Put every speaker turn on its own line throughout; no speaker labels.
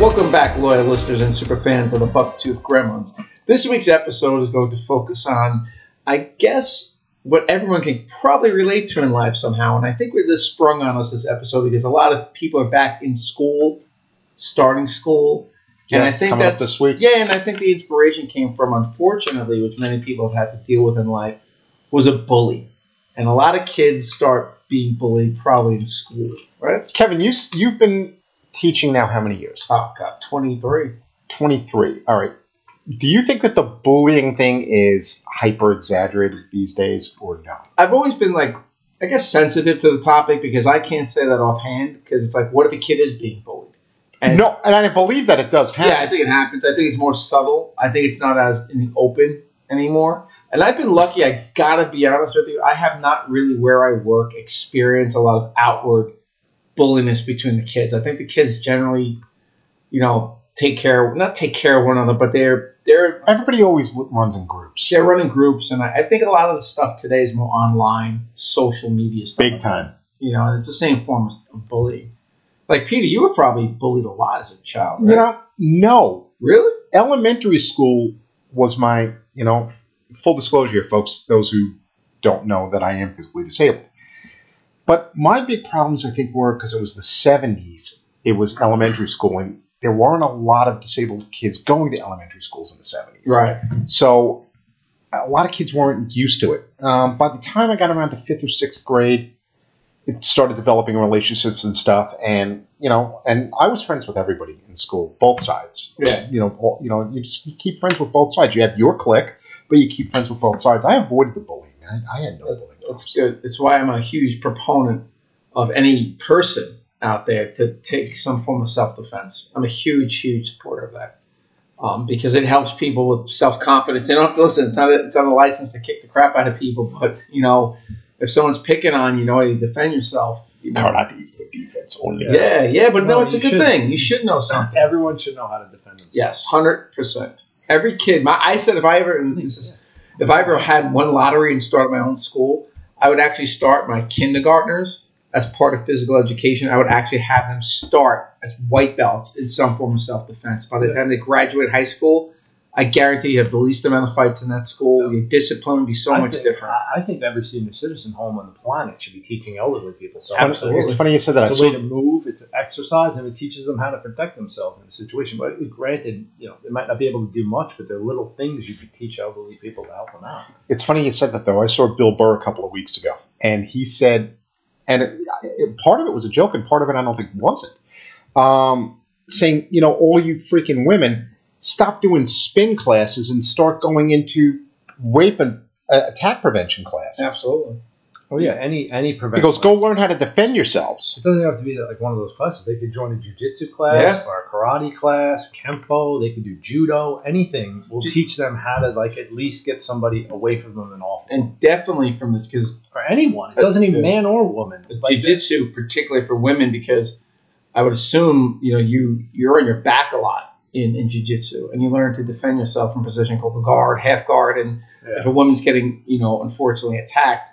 Welcome back, loyal listeners and super fans of the Bucktooth Gremlins. This week's episode is going to focus on, I guess, what everyone can probably relate to in life somehow. And I think we just sprung on us this episode because a lot of people are back in school, starting school.
Yeah,
and I
it's
think
coming up
that's
this week.
yeah, and I think the inspiration came from, unfortunately, which many people have had to deal with in life, was a bully. And a lot of kids start being bullied probably in school, right?
Kevin, you s- you've been teaching now how many years?
Oh god, twenty three.
Twenty three. All right. Do you think that the bullying thing is hyper exaggerated these days, or no?
I've always been like, I guess, sensitive to the topic because I can't say that offhand because it's like, what if a kid is being bullied? And-
no, and I believe that it does
Yeah, I
happen.
think it happens. I think it's more subtle. I think it's not as in the open anymore. And I've been lucky. I gotta be honest with you. I have not really where I work experienced a lot of outward bulliness between the kids. I think the kids generally, you know, take care not take care of one another, but they're they're
Everybody always l- runs in groups,
they're running groups, and I, I think a lot of the stuff today is more online, social media stuff.
big time.
You know, and it's the same form of bullying. Like Peter, you were probably bullied a lot as a child.
You
right?
know, no.
really?
Elementary school was my, you know, full disclosure, here, folks. Those who don't know that I am physically disabled. But my big problems, I think, were because it was the 70s. It was elementary school, and there weren't a lot of disabled kids going to elementary schools in the 70s.
Right.
So a lot of kids weren't used to it. Um, by the time I got around to fifth or sixth grade, it started developing relationships and stuff. And you know, and I was friends with everybody in school, both sides.
Yeah.
You know, all, you know, you just you keep friends with both sides. You have your clique, but you keep friends with both sides. I avoided the bullying. I, I had no bullying.
That's good. It's why I'm a huge proponent of any person out there to take some form of self defense. I'm a huge, huge supporter of that um, because it helps people with self confidence. They don't have to listen. It's not, a, it's not a license to kick the crap out of people, but you know, if someone's picking on you, know how you defend yourself. You know.
Karate for defense only.
Yeah, yeah, but no,
No,
it's a
you
good
should.
thing. You should know something.
Everyone should know how to defend themselves.
Yes, hundred percent. Every kid. My, I said if I ever, and this is, if I ever had one lottery and started my own school, I would actually start my kindergartners as part of physical education. I would actually have them start as white belts in some form of self defense. By the time they graduate high school, I guarantee you have the least amount of fights in that school. Your discipline would be so
I
much
think,
different.
I- I think every senior citizen home on the planet should be teaching elderly people. So
Absolutely.
It's funny you said that. I
It's a
saw
way to move. It's an exercise, and it teaches them how to protect themselves in a situation. But uh, granted, you know they might not be able to do much, but there are little things you could teach elderly people to help them out.
It's funny you said that though. I saw Bill Burr a couple of weeks ago, and he said, and it, it, part of it was a joke, and part of it I don't think wasn't. Um, saying, you know, all you freaking women, stop doing spin classes and start going into rape and uh, attack prevention classes.
Absolutely.
Oh yeah, any any
He
prevention.
goes, go learn how to defend yourselves.
It doesn't have to be like one of those classes. They could join a jujitsu class or a karate class, kempo. They could do judo. Anything will
Ju-
teach them how to like at least get somebody away from them and off.
And definitely from the because
Or anyone. It doesn't even
Yeah.
man or woman. Like,
jiu-jitsu particularly for women because i would assume you know you you're on your back a lot in, in jiu-jitsu and you learn to defend yourself from a position called the guard half guard and
Yeah.
if a woman's getting you know unfortunately attacked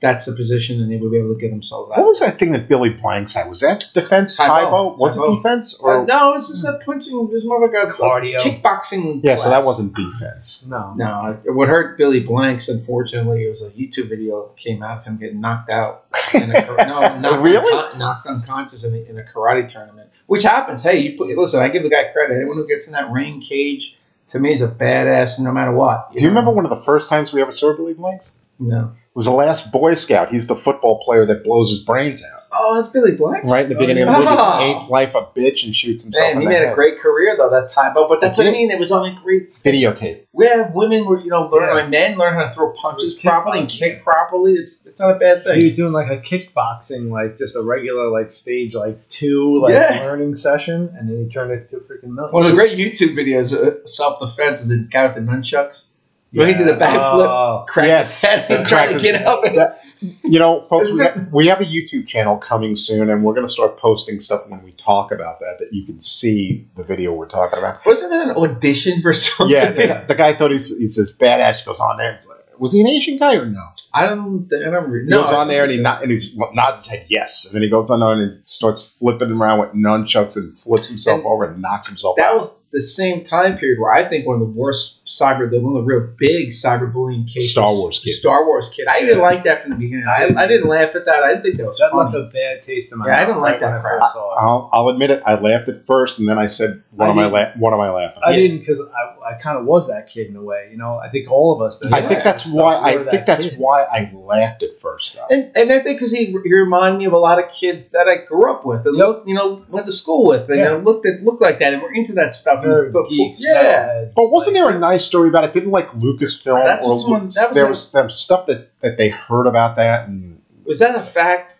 that's the position and they would be able to get themselves out
What was that thing that Billy Blank said? Was that defense?
Taibo.
Taibo? Was
Taibo.
it defense?
Uh,
Or
no it's just a punching there's more like a
Cardio.
kickboxing
yeah, so
class.
that wasn't defense.
No.
no what hurt billy blanks unfortunately was a youtube video that came out of him getting knocked out in a, kar- no, knocked,
Really?
uncon- knocked unconscious in a, in a karate tournament, which happens. Hey, you put, listen, I give the guy credit. Anyone who gets in that ring cage to me is a badass, no matter what.
Do you
know?
remember one of the first times we ever saw Billy Blanks?
No.
was the last Boy Scout. He's the football player that blows his brains out
Oh, that's Billy Blanks.
right in the beginning of the
Oh.
movie. Ain't life a bitch? And shoots himself.
Man,
in
he
the
made a
head.
great career though that time. But, but that's
He
what I
did.
mean. It was on a great.
videotape.
Yeah, women were you know learn
Yeah.
like men learn how to throw punches
It was kickboxing.
properly and kick properly. It's it's not a bad
He
thing.
was doing like a kickboxing, like just a regular like stage like two like
Yeah.
learning session, and then he turned it to a freaking million.
One of the great YouTube videos, uh, self defense, is the guy with the nunchucks. When he did the backflip,
Oh,
crack
Yes.
his head, and try to
Cracked
get out.
You know, folks, we
Isn't
have, we have a YouTube channel coming soon, and we're going to start posting stuff when we talk about that that you can see the video we're talking about.
Wasn't that an audition for something?
Yeah, the, the guy thought he's, he's this badass. He goes on there. It's like, was he an Asian guy or no?
I don't. I don't. Re-
He
no,
goes on there and he not, and he's nods his head yes, and then he goes on there and he starts flipping around with nunchucks and flips himself
And
over and knocks himself
that
out.
was the same time period where I think one of the worst cyber, the one of the real big cyberbullying cases,
Star Wars kid.
Star Wars kid. I didn't like that from the beginning. I, I didn't laugh at that. I didn't think that was
That left
funny.
a bad taste in my
Yeah, I
mouth
didn't like
right when
that
I
crap. Um,
first saw it.
I'll, I'll admit it. I laughed at first, and then I said, "What
I
am I?
didn't-
La- what am I laughing?" at?
I didn't because I, I kind of was that kid in a way. You know, I think all of us. that-
I think that's
stuff,
why.
we were
I
that
think that's
kid.
why I laughed at first. Though.
And, and I think because he, he reminded me of a lot of kids that I grew up with and
Yep.
looked, you know went to school with and
Yeah.
uh, looked at, looked like that and were into that stuff. and-
Nerds,
but-
geeks,
yeah.
metalheads,
But wasn't
like-
there a nice story about it? Didn't like Lucasfilm
That's
or
what's one-
Lucas-
that was
there
a-
was some stuff that, that they heard about that, and
Was that a fact?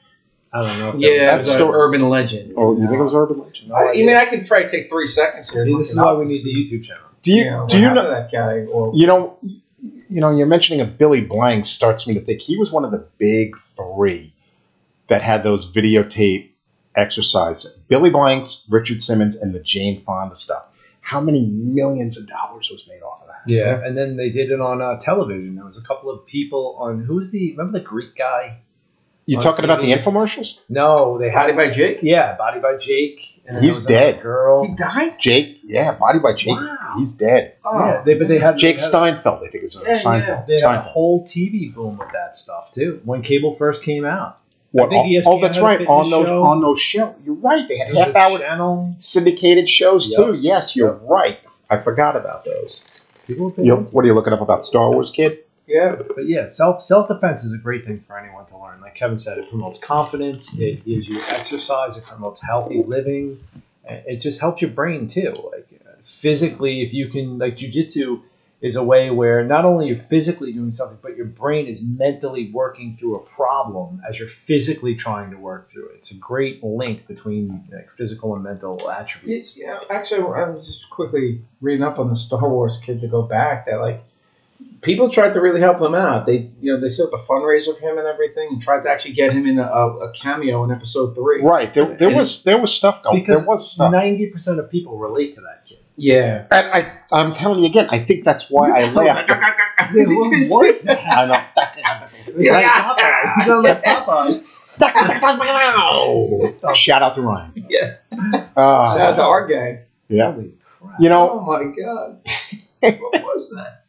I don't know. if that
Yeah,
was-
That's
that's
still-
still urban legend.
or you think it was Urban Legend?
No
I, I
idea.
mean, I could probably take three seconds here.
See,
and
this is
look it
why
up.
we need the YouTube channel.
Do you
Yeah,
do you
what
know?
happened to that guy? Or,
You know, you know, you're mentioning a Billy Blank starts me to think he was one of the big three that had those videotape exercises. Billy Blanks, Richard Simmons, and the Jane Fonda stuff. How many millions of dollars was made off of that?
Yeah, and then they did it on uh, television. There was a couple of people on who was the remember the Greek guy?
You
On
talking about the
TV.
infomercials?
No, they had
Howdy by Jake.
yeah, Body by Jake. And then
He's
there was another
dead.
Girl.
He died.
Jake, yeah, Body by Jake, is-
Wow.
he's dead.
Oh,
yeah, they, but they had
Jake
they had-
Steinfeld, I think is
Yeah, yeah.
Steinfeld.
They had a
Steinfeld.
whole TV boom with that stuff too. When cable first came out,
What,
think E
oh, oh,
ESPN
that's
had a
right. On
fitness
those
show.
on those shows, you're right. They had
It was
half
a
hour
channel.
syndicated shows
Yep.
too. Yes, you're right. I forgot about those.
People have been
You,
into
what are you looking up about Star Wars, kid?
yeah.
it. but yeah, self self defense is a great thing for anyone to learn. Like Kevin said, it promotes confidence. It gives you exercise. It promotes healthy living. and It just helps your brain too. Like uh, physically, if you can, like jujitsu is a way where not only you're physically doing something, but your brain is mentally working through a problem as you're physically trying to work through it. It's a great link between like physical and mental attributes.
It's, yeah, actually, I was just quickly reading up on the Star Wars kid to go back. That like people tried to really help him out. They you know they set up a fundraiser for him and everything, and tried to actually get him in a, a cameo in Episode Three.
Right. There, there
And-
was there was stuff going.
because
There was stuff.
Ninety percent of people relate to that kid.
Yeah.
And I, I'm telling you again. I think that's why I laughed.
Did
Who
you see-
was that?
I know.
It's like Popeye. He sounds like Popeye.
Shout out to Ryan.
Yeah.
Uh,
Shout out to our gang.
yeah.
Holy crap.
You know,
Oh my god. what was that?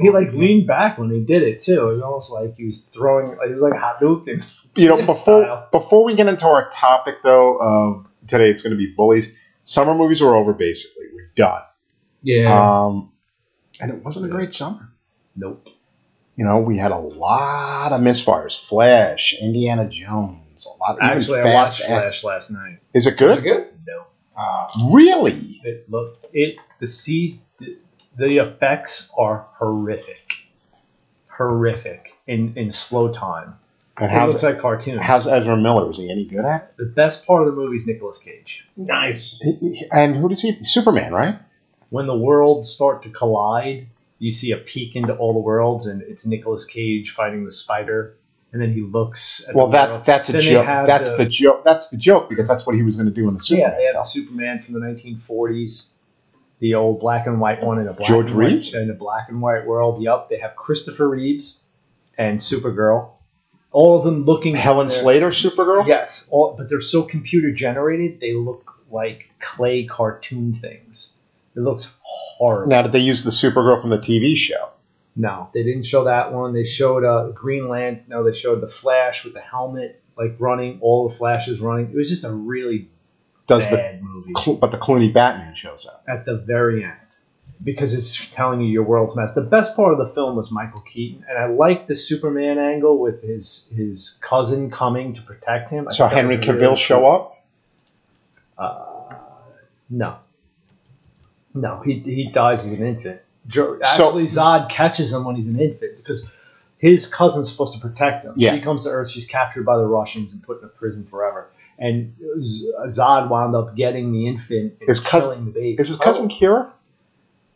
He like leaned back when he did it too. It was almost like he was throwing. Like, it was like Hadouken.
you know before
Style.
before we get into our topic though um, today it's going to be bullies summer movies are over basically we're done
Yeah.
um, and it wasn't a great summer
Nope.
you know we had a lot of misfires flash indiana jones a lot of even
Actually, I watched
fast
Flash
X.
last night.
is it
Was it
good
good?
No,
Ah.
really
it looked it. The seed. The, the effects are horrific. Horrific in in slow time.
and
It looks
how's,
like cartoons.
how's ezra miller is he any good at
the best part of the movie is Nicolas Cage.
nice.
He- he- and who does he superman right
when the worlds start to collide, you see a peek into all the worlds, and it's Nicolas Cage fighting the spider, and then he looks. At
well
the
that's
world.
that's a
Then they
joke
had
that's
the-
the joke that's the joke because that's what he was going to do in the
yeah.
superman
They have
film.
the Superman from the 1940s, the old black and white one, and a black
George
and white-
Reeves?
and a black and white world. Yup, they have Christopher Reeves and Supergirl. All of them looking
helen
they're-
slater supergirl
Yes, all, but they're so computer generated. They look like clay cartoon things. It looks horrible.
Now, did they use the Supergirl from the TV show?
No, they didn't show that one. They showed uh, Greenland. No, they showed the Flash with the helmet, like running. All the Flashes running. It was just a really
Does
bad movie
the Clo- but the Clooney Batman shows up?
at the very end because it's telling you your world's mess. The best part of the film was Michael Keaton, and I liked the Superman angle with his his cousin coming to protect him.
So Henry Cavill show up.
Uh, no, no, he he dies as an infant. Jo-
So-
Actually, Zod catches him when he's an infant because his cousin's supposed to protect him.
Yeah.
She comes to Earth, she's captured by the Russians and put in a prison forever. And Z- Zod wound up getting the infant and
His cousin-
killing the baby.
Is his cousin
Oh.
Kira?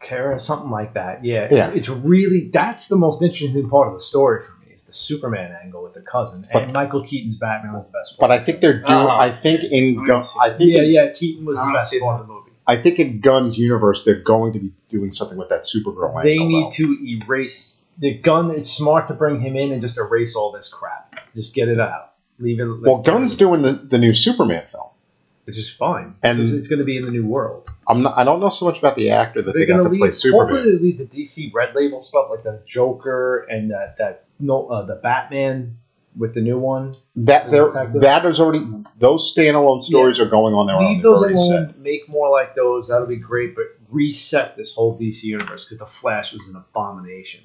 Kara, something like that. Yeah, it's,
Yeah.
it's really that's the most interesting part of the story for me is the Superman angle with the cousin and
But-
Michael Keaton's Batman was the best.
But
part.
I think they're doing.
Oh.
I think in Gu- I think
Uh-huh. yeah,
in-
yeah, Keaton was
I
the
don't
best
see
part of the movie.
I think in Guns universe they're going to be doing something with that Supergirl.
They
angle,
need
though.
to erase the gun. It's smart to bring him in and just erase all this crap. Just get it out. Leave it.
Well, Gunn's doing the, the new Superman film.
which is fine.
And-
And it's going to be in the new world.
I'm not, I don't know so much about the actor that they
They're
got
going
to
to
play
leave.
Superman.
Hopefully, they leave the DC Red Label stuff like the Joker and that that no uh, the Batman with the new one.
That there,
Detective.
that is already those standalone stories are going on their own.
Leave
They've
those
already
alone.
said.
Make more like those. That'll be great. But reset this whole DC universe because the Flash was an abomination.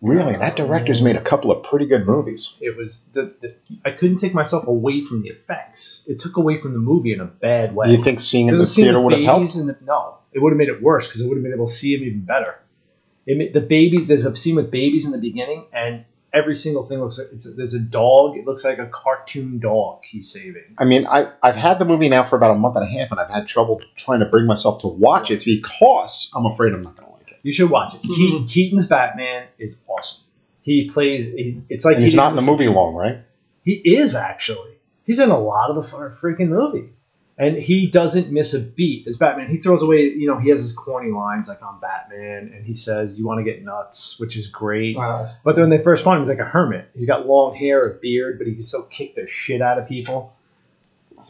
Really, that director's made a couple of pretty good movies.
It was the, the I couldn't take myself away from the effects. It took away from the movie in a bad way.
Do you think seeing it in the
Doesn't seem
theater would have helped?
babies in the- no, it would have made it worse because it would have been able to see him even better. It ma- the baby. There's a scene with babies in the beginning, and every single thing looks like it's, there's a dog. It looks like a cartoon dog. He's saving.
I mean, I, I've had the movie now for about a month and a half, and I've had trouble trying to bring myself to watch it because I'm afraid I'm not going to like it.
You should watch it. Ke- Keaton's Batman is awesome. He plays. He, it's like
And he's
he
not in
didn't
the movie long, right?
He is actually. He's in a lot of the fu- freaking movie. And he doesn't miss a beat as Batman. He throws away, you know, he has his corny lines like on Batman, and he says, You want to get nuts, which is great.
Wow.
But then when they first find him, he's like a hermit. He's got long hair, a beard, but he can still kick the shit out of people.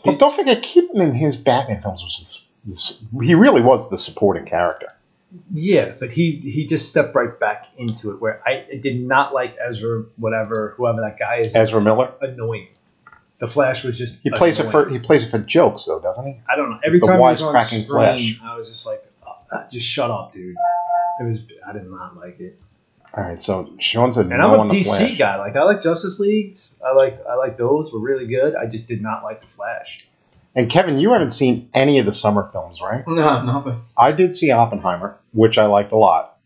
But don't forget, Keaton in his Batman films was this, this, he really was the supporting character.
Yeah, but he he just stepped right back into it where I, I did not like Ezra, whatever, whoever that guy is.
Ezra Miller.
Annoying. The Flash was just.
He plays it
annoying.
for he plays it for jokes though, doesn't he?
I don't know. Every
the
time I was on
wisecracking
screen,
Flash.
I was just like, oh, just shut up, dude. It was I did not like it.
All right, so Sean's a
And
no on
I'm a
the
DC
Flash.
guy. Like I like Justice Leagues. I like I like those were really good. I just did not like the Flash.
And Kevin, you haven't seen any of the summer films, right?
Oh, No, no, but
I did see Oppenheimer, which I liked a lot,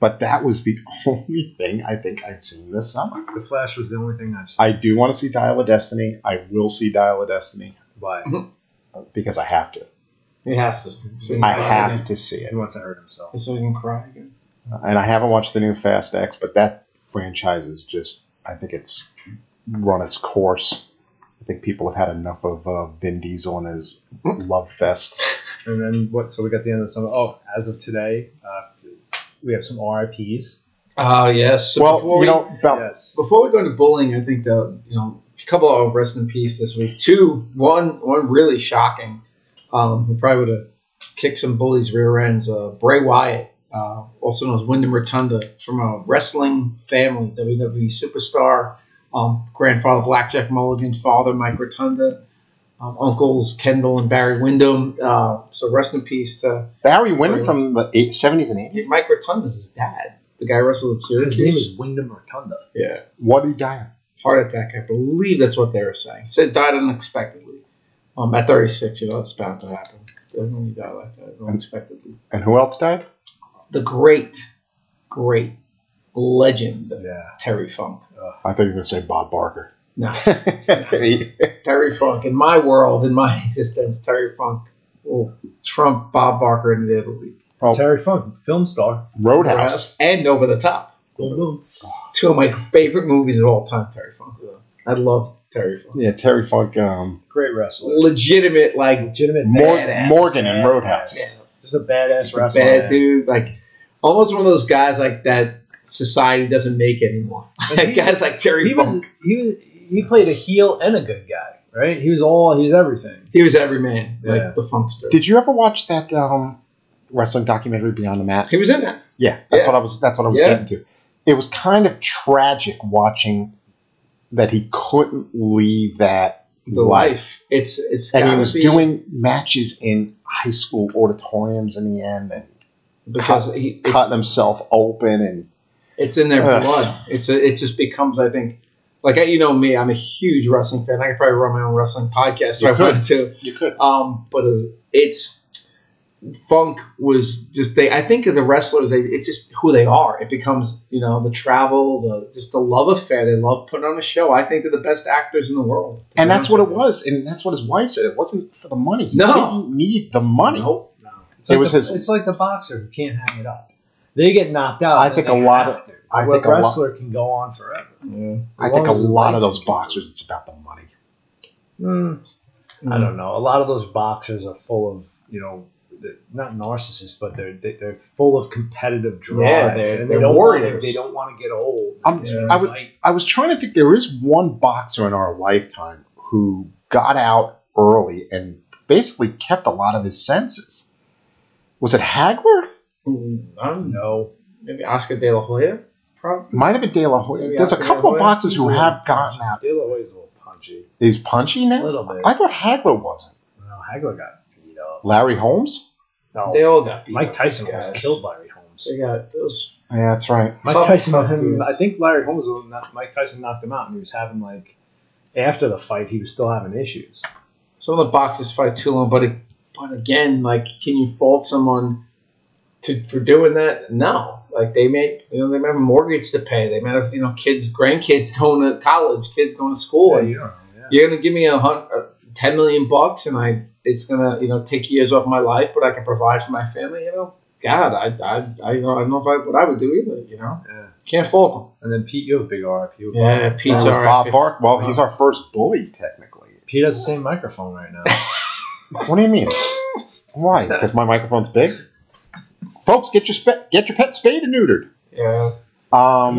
but that was the only thing I think I've seen this summer.
The Flash was the only thing I've seen.
I do want to see Dial of Destiny. I will see Dial of Destiny uh,
Why?
because I have to.
he has to. So he
I
can-
have to see
He
it,
wants to hurt himself.
So he can cry again.
and I haven't watched the new Fast X, but that franchise is just—I think it's run its course. I think people have had enough of uh, Vin Diesel and his
Mm.
love fest.
And then what? So we got the end of the summer. Oh, as of today, uh, we have some RIPS.
Oh yes. So
well,
before
you
we-
know, Bel-
Yes.
Before we go into bullying, I think the you know a couple of rest in peace this week. Two, one, one really shocking. Um, we probably would have kicked some bullies' rear ends. Uh, Bray Wyatt, uh, also known as Wyndham Rotunda, from a wrestling family, WWE superstar, um, grandfather Blackjack Mulligan's father Mike Rotunda, um, uncles Kendall and Barry Wyndham. Uh, so rest in peace to
Barry Windham from the eight, 70s and 80s.
Mike Rotunda's his dad, the guy who wrestled at Syracuse.
His name is Wyndham Rotunda.
yeah.
What did he die of?
heart attack. I believe that's what they were saying. Said died unexpectedly. Um, at 36, you know, it's bound to happen. When you die like that, unexpectedly.
And who else died?
The great, great legend,
Yeah.
Terry Funk.
I thought you were going to say Bob Barker.
No,
He-
Terry Funk. In my world, in my existence, Terry Funk will trump Bob Barker in the other week.
Oh.
Terry Funk, film star.
Roadhouse.
And Over the Top.
Boom, boom.
Two of my favorite movies of all time, Terry Funk. I love Terry Funk.
Yeah, Terry Funk. Um,
Great wrestler.
Legitimate, like,
Legitimate.
Mor-
Badass.
Morgan and Roadhouse.
yeah,
Just a badass
He's a
wrestler.
bad
man.
dude, like almost one of those guys like that society doesn't make anymore.
And he-
guys like Terry
He
Funk.
was he was he played a heel and a good guy, right? He was all he was everything.
he was every man, like
Yeah.
the funkster.
did you ever watch that um, wrestling documentary Beyond the Mat?
he was in that.
Yeah, that's
Yeah.
what I was. That's what I was
Yeah.
getting to. It was kind of tragic watching that he couldn't leave that
The
life.
life. It's it's
and he
gotta
was
be
doing matches in high school auditoriums in the end, and
because he, it's,
cutting himself open and
it's in their
Ugh.
blood. It's a, it just becomes I think like you know me, I'm a huge wrestling fan. I could probably run my own wrestling podcast
You
if I
could.
wanted to.
you could
Um, but it's, it's funk was just they. I think of the wrestlers, they, it's just who they are. It becomes you know the travel, the just the love affair. They love putting on a show. I think they're the best actors in the world. to be
And
honest
that's what it
with you.
was. And that's what his wife said. It wasn't for the money. He
No.
didn't need the money.
Nope.
No. It's
It
like
was
the,
his-
it's like the boxer who can't hang it up. They get knocked out.
I
and
think
they
a lot
have
of-
to.
I
Well,
think a lot-
wrestler can go on forever.
I think
As long
a
as his
lot of
legs
those
can-
boxers, it's about the money.
Hmm, Mm, I don't know. A lot of those boxers are full of you know they're not narcissists, but they're they, they're full of competitive
Yeah,
drive.
they're-
and
they're
they don't wanna-
warriors.
they don't want to get old.
I'm-
They
I would-
like-
I was trying to think. There is one boxer in our lifetime who got out early and basically kept a lot of his senses. Was it Hagler?
I don't know.
no.
Maybe Oscar De La Hoya. Probably.
Might have been De La Hoya.
Maybe
There's a
after
couple
De
of
La Hoya.
boxers who
uh,
have gotten out.
De La Hoya's a little punchy,
Is punchy
a
now?
little bit.
I thought Hagler wasn't.
No, Hagler got beat up.
Larry Holmes?
No,
They all got beat.
Mike
up,
Tyson
guys.
almost killed Larry Holmes.
They got those.
Yeah, that's right.
Mike
Fuck
Tyson,
fuckers.
I think Larry Holmes, was the one that- Mike Tyson knocked him out, and he was having like after the fight, he was still having issues.
Some of the boxers fight too long, but it, but again, like, can you fault someone to for doing that? No. Like they may, you know, they may have a mortgage to pay. They may have, you know, kids, grandkids going to college, kids going to school, and
you don't know,
you're gonna give me a hun- uh, ten million bucks, and I it's gonna you know take years off my life, but I can provide for my family. You know, God, I I I don't know, I don't know if I, what I would do either. You know,
yeah. yeah.
can't fault
And then Pete, you have a big RIP.
them. Yeah,
That
Pete's
was
all right.
Bob Bark. Well, he's our first bully, technically.
Pete has the same microphone right now.
What do you mean? Why? Because my microphone's big. Folks, get your spe- get your pet spayed and neutered.
Yeah,
Come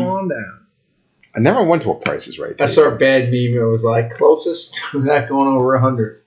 Um,
on down.
I never went to a Price is Right.
I saw a bad meme. It was like closest to that going over hundred.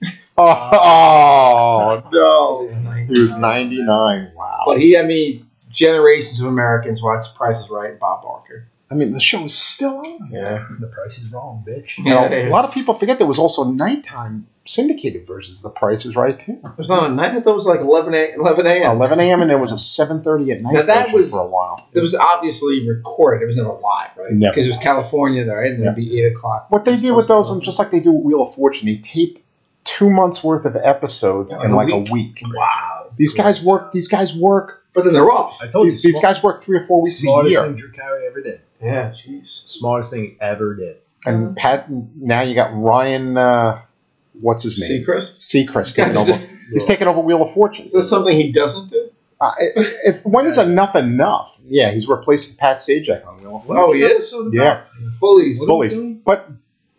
Oh, no. He was 99. Wow.
But he, I mean, generations of Americans watch Price is Right and Bob Barker.
I mean, the show is still on.
Yeah,
The price is wrong, bitch.
You know,
Yeah.
a lot of people forget there was also nighttime syndicated versions of The Price is Right, too.
it was on a night. I thought it was like eleven a, eleven a.m.
11 a.m. and there was a 7.30 at night
Now, that
version
was-
for a while.
It was obviously recorded. It was never live, right?
Never.
Because it was California, there, and then it'd be eight o'clock.
What they do with those, and just like they do with Wheel of Fortune, they tape two months worth of episodes
Yeah,
in
a
like a week.
Wow.
These guys work. These guys work.
But then they're off.
I told you,
these, these
smart-
guys work three or four weeks a
smartest
year.
thing Drew Carey ever did.
Yeah, jeez.
Smartest thing he ever did.
And Pat, now you got Ryan. Uh, what's his name?
Seacrest?
Seacrest taking
Is
over. He's taking over Wheel of Fortune.
that something he doesn't do?
Uh, it, it's- when is enough enough? Yeah, he's replacing Pat Sajak on Wheel of Fortune.
Oh, he is?
Yeah,
Bullies.
bullies. But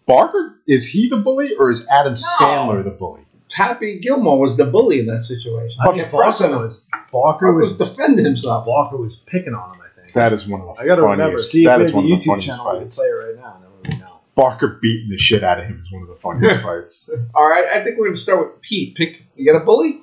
Barker is he the bully or is Adam Sandler the bully?
Happy Gilmore was the bully in that situation.
I
I
think
kept
Barker
pressing him.
was Barker
Barker was
was
defending himself.
Barker was picking on him. I think.
That is one of the
I gotta remember.
funniest.
See, if
that
we
is
had the
one of the
YouTube
funniest
channel, we could
fights.
play it right now. and then we would know.
Barker beating the shit out of him is one of the funniest fights.
All right, I think we're going to start with Pete. Pick. You got a bully?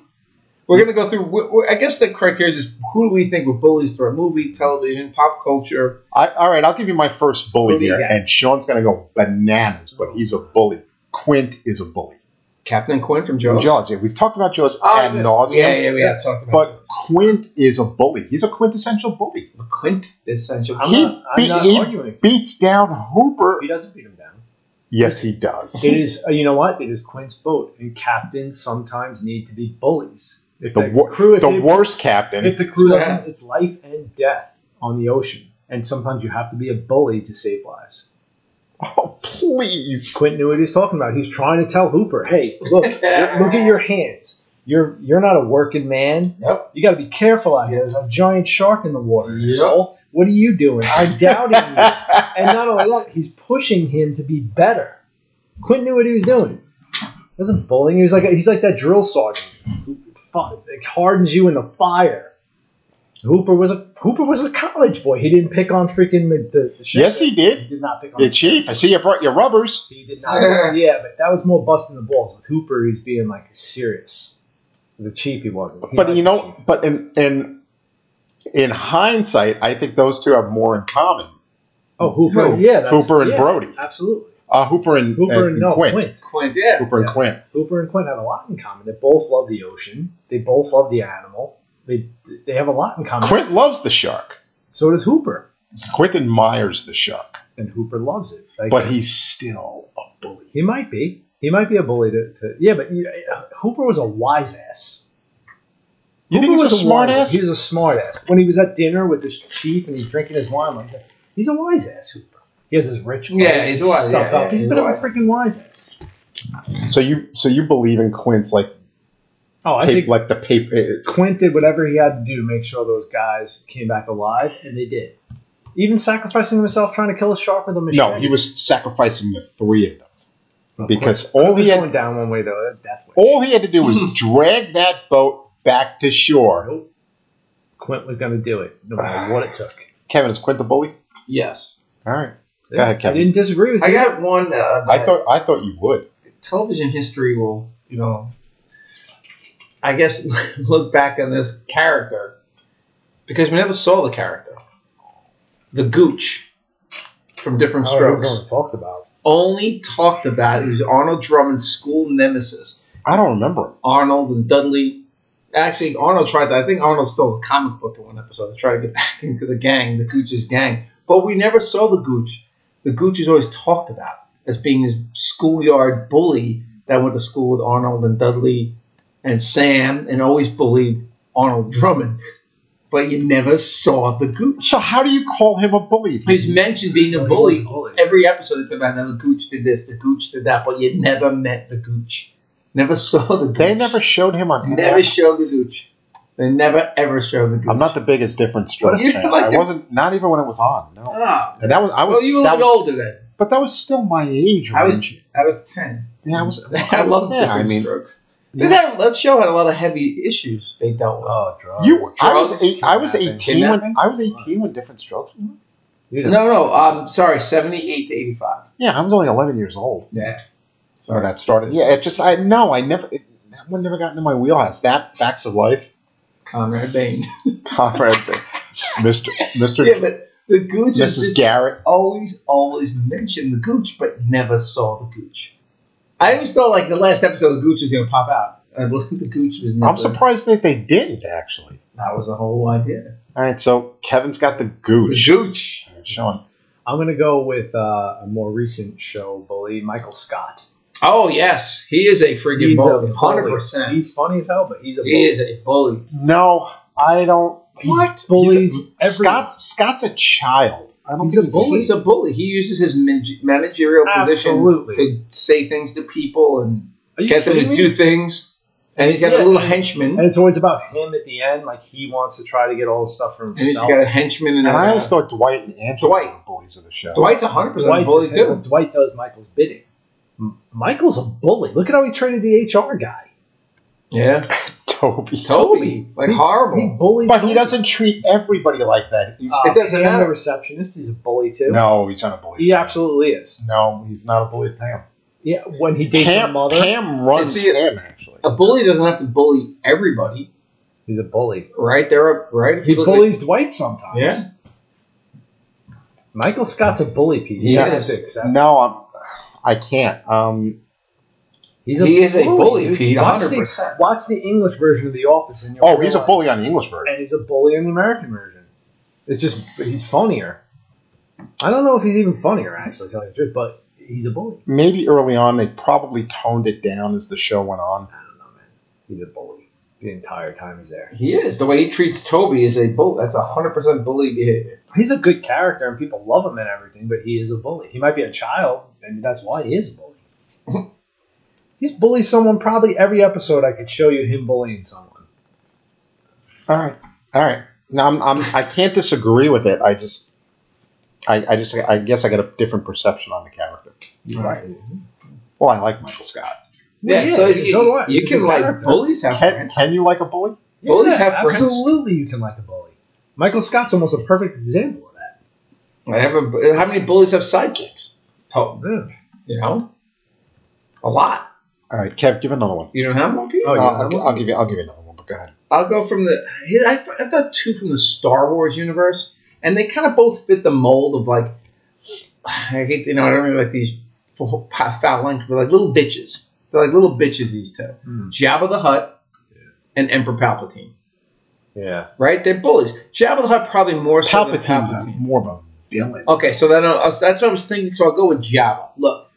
We're going to go through. we- we- I guess the criteria is who do we think were bullies throughout movie, television, pop culture?
I, all right, I'll give you my first bully
Bully
here,
guy.
and Sean's gonna go bananas, but he's a bully. Quint is a bully.
Captain Quinn from
Jaws.
Jaws. Oh,
yeah, we've talked about Jaws ad
yeah.
nauseum.
Yeah, yeah, we have talked about
But
Jaws.
Quint is a bully. He's a quintessential bully.
Quint, essential.
I'm
He
not, I'm
beat-
not
he-
arguing.
Beats down Hooper.
He doesn't beat him down.
Yes, he does.
It is. uh, You know what? It is Quinn's boat, and captains sometimes need to be bullies. If
The, wor-
if
the
they-
worst
If
captain.
the crew
Yeah.
doesn't, it's life and death on the ocean, and sometimes you have to be a bully to save lives.
Oh, please.
Quint knew what he's talking about. He's trying to tell Hooper, "Hey, look, look at your hands. You're you're not a working man.
Yep.
You got to be careful out here. There's a giant shark in the water.
Yep.
asshole. What are you doing? I doubted you. And not only that, he's pushing him to be better. Quint knew what he was doing. He wasn't bullying. He was like he's like that drill sergeant who fu- like, hardens you in the fire. Hooper was a Hooper was a college boy. He didn't pick on freaking the, the, the sheriff.
yes, he did.
He did not pick on
Yeah, Chief, I see you brought your rubbers.
he did not. yeah, but that was more busting the balls with Hooper. He's being like serious. The cheap he wasn't. He
But
liked
you
the
know,
cheap.
but in in in hindsight, I think those two have more in common.
oh Hooper,
Who?
yeah, that's,
Hooper and
yeah,
Brody.
absolutely.
Uh, Hooper and,
Hooper and,
and
no
Quint.
Quint.
Quint, yeah.
Hooper and
Yes.
Quint.
Hooper and Quint have a lot in common. They both love the ocean. They both love the animal. They they have a lot in common.
Quint loves the shark.
So does Hooper,
Quint admires the shark,
and Hooper loves it. Like,
but he's still a bully.
he might be. He might be a bully to, to yeah, but uh, Hooper was a wise ass.
You think
Hooper
he's a
was
smart
wise
ass?
He's a smart ass. When he was at dinner with the chief and he's drinking his wine, like that, he's a wise ass. Hooper. He has his ritual.
Yeah, he's a wise- yeah, yeah,
he's a
he's
bit
a
of a
wise-
freaking wise ass.
So you so you believe in Quint's like
Oh, I
pa-
think
like the paper? uh, It's,
Quint did whatever he had to do to make sure those guys came back alive, and they did. Even sacrificing himself trying to kill a shark with a machete.
no, he was sacrificing the three of them
Well,
because
Quint-
all
Quint
he
was
had
going down one way though. That death wish.
all he had to do was drag that boat back to shore.
Nope. Quint was going to do it, no matter what it took.
Kevin, is Quint the bully?
Yes.
All right. Go ahead,
I
Kevin.
didn't disagree with
I
you.
got one. Uh,
I
that
thought I thought you would.
television history will, you know, I guess look back on this character because we never saw the character, the Gooch from Different
Oh, it was
Strokes.
only talked about.
Only talked about it was Arnold Drummond's school nemesis.
I don't remember him.
Arnold and Dudley. Actually, Arnold tried to. I think Arnold's still a comic book in one episode to try to get back into the gang, the Gooch's gang. But we never saw the Gooch. The Gooch is always talked about as being his schoolyard bully that went to school with Arnold and Dudley and Sam and always bullied Arnold Drummond. But you never saw the Gooch.
So how do you call him a bully? if
He's
you-
mentioned being a
Well, he
bully
was bullied.
every episode. They talk about now the Gooch did this, the Gooch did that, but you never met the Gooch. Never saw the Gooch.
They never showed him on.
Never show the gooch. They never ever show the gooch.
I'm not the biggest difference strokes
You
fan.
like
I
the-
wasn't not even when it was on. No,
Ah,
and that was I was.
well, you were a
that
little
was
older then.
but that was still my age.
I was-
range.
I was ten.
Yeah, I was.
I love the
Yeah, I mean,
strokes.
yeah.
They had, that show had a lot of heavy issues they dealt with.
Oh, drugs.
You, I was,
Drugs,
eight, I was
kidnapping.
eighteen when
Kidnapping?
I was eighteen when different strokes. was on.
You didn't-
no, no. Um, sorry, seventy-eight to eighty-five.
Yeah, I was only eleven years old
Yeah.
when
Sorry.
that started. Yeah, it just I no, I never it, that one never got into my wheelhouse. That facts of life,
Conrad Bain.
Conrad, Mister Mister
yeah, but the gooch is
Mrs.
just
Garrett.
always, always mentioned the gooch, but never saw the gooch. I always thought like the last episode, the gooch was going to pop out. I believe the gooch was. Never,
I'm surprised that they didn't actually.
That was the whole idea.
All right, so Kevin's got the
The
gooch.
gooch.
Sean,
I'm going to go with uh, a more recent show bully, Michael Scott.
Oh yes, he is a freaking
He's a
bully.
bully.
Hundred percent.
He's funny as hell, but he's a
He
bully.
is a bully.
no, I don't. he-
What?
he's
Bullies
a,
everywhere.
Scott's Scott's a child. I don't
He's
think
a bully.
He's a bully. He uses his manage- managerial
Absolutely.
position to say things to people and
Are you
get them
kidding
to
me?
do things. And he's got
Yeah.
a little
And
henchman.
it's always about him at the end. Like he wants to try to get all the stuff for
And he's
himself.
got a henchman and,
And I always
a,
thought Dwight and Angela
Dwight.
were the bullies of the show.
Dwight's hundred percent a
Dwight's
bully
his handle.
too.
Dwight does Michael's bidding. M- Michael's a bully. Look at how he treated the HR guy.
Yeah,
Toby.
Toby, like
He-
horrible.
He bullied,
But he
Toby.
doesn't treat everybody like that. He's,
Uh,
It doesn't
Pam,
matter.
The receptionist. He's a bully too.
no, he's not a bully.
he absolutely is.
No, he's not a bully. Pam.
Yeah, when he dates
Pam,
her mother,
Pam runs
Is he a-
him actually.
a bully doesn't have to bully everybody,
he's a bully.
right? There are right.
He
People-
bullies Dwight sometimes.
Yeah.
Michael Scott's a bully, Pete.
He
You gotta
is.
have to accept.
No, I'm. I can't. Um,
He's
He is a bully,
dude.
Pete,
Watch
100%.
the, watch the English version of The Office, and you'll
oh, he's a
realize-
bully on the English version.
and he's a bully in the American version. It's just but he's funnier. I don't know if he's even funnier, actually, to tell you the truth, but he's a bully.
Maybe early on they probably toned it down as the show went on.
I don't know, man. He's a bully the entire time he's there.
He is the way he treats Toby is a bull. That's hundred percent bully behavior.
He's a good character, and people love him and everything, but he is a bully. He might be a child, and that's why he is a bully. he's bullied someone probably every episode. I could show you him bullying someone.
All right, all right. Now I'm, I'm I can't disagree with it. I just, I, I just I guess I got a different perception on the character.
Right.
Well, I like Michael Scott.
Yeah,
Well,
so, you,
do I. He's
you
a
can
good
like
character.
bullies have
Can,
friends.
can you like a bully?
Bullies have friends.
Absolutely, you can like a bully. Michael Scott's almost a perfect example of that.
I have a- how many bullies have sidekicks? Total, you know, a lot.
All right, Kev, give another one.
You don't have one. Pete?
Oh,
Uh,
yeah, that
I'll,
one?
I'll give you. I'll give you another one. But go ahead.
I'll go from the. I, I thought two from the Star Wars universe, and they kind of both fit the mold of like. I hate you know I don't really like these foul foul language, but like little bitches. They're like little bitches. These two,
Mm.
Jabba the Hutt, and Emperor Palpatine.
Yeah.
Right, they're bullies. Jabba the Hutt probably more so than
Palpatine's
Palpatine.
more of a villain.
Okay, so then I'll, that's what I was thinking. So I'll go with Java. Look,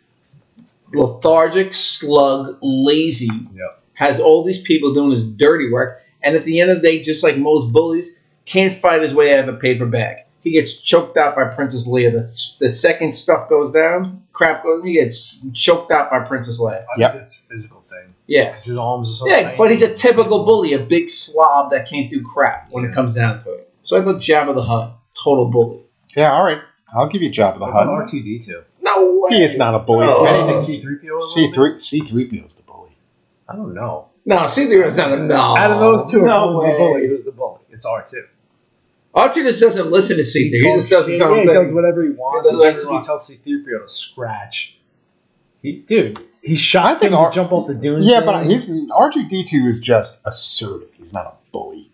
lethargic, slug, lazy
Yep.
has all these people doing his dirty work, and at the end of the day, just like most bullies, can't fight his way out of a paper bag. He gets choked out by Princess Leia. The, the second stuff goes down, crap goes. He gets choked out by Princess Leia.
I
Yep.
think it's a physical thing
Yeah,
because his arms are so.
yeah.
tiny.
But he's a typical bully, a big slob that can't do crap when it
Yeah.
comes down to it. So I thought Jabba the Hutt, total bully.
Yeah. All right. I'll give you Job of the
What about
Hutt.
R2D2?
No way.
He is not a bully.
Oh.
If
Anything
anything,
C3PO? a little
uh, C
bit?
three C three PO is the bully.
I don't know.
No, C three is not a no.
Out of those two,
no
who's the
way.
bully? Who's the bully? It's R two.
Archie just doesn't listen to C three. He just
Yeah,
doesn't tell
he
him
does
things.
whatever he wants.
He does
He
whatever he
basically
wants.
tells C-3PO to scratch. He, dude, he shot
I
I
think
think
our-
to jump off the dune.
Yeah,
thing.
but he's R two D two is just assertive. He's not a bully.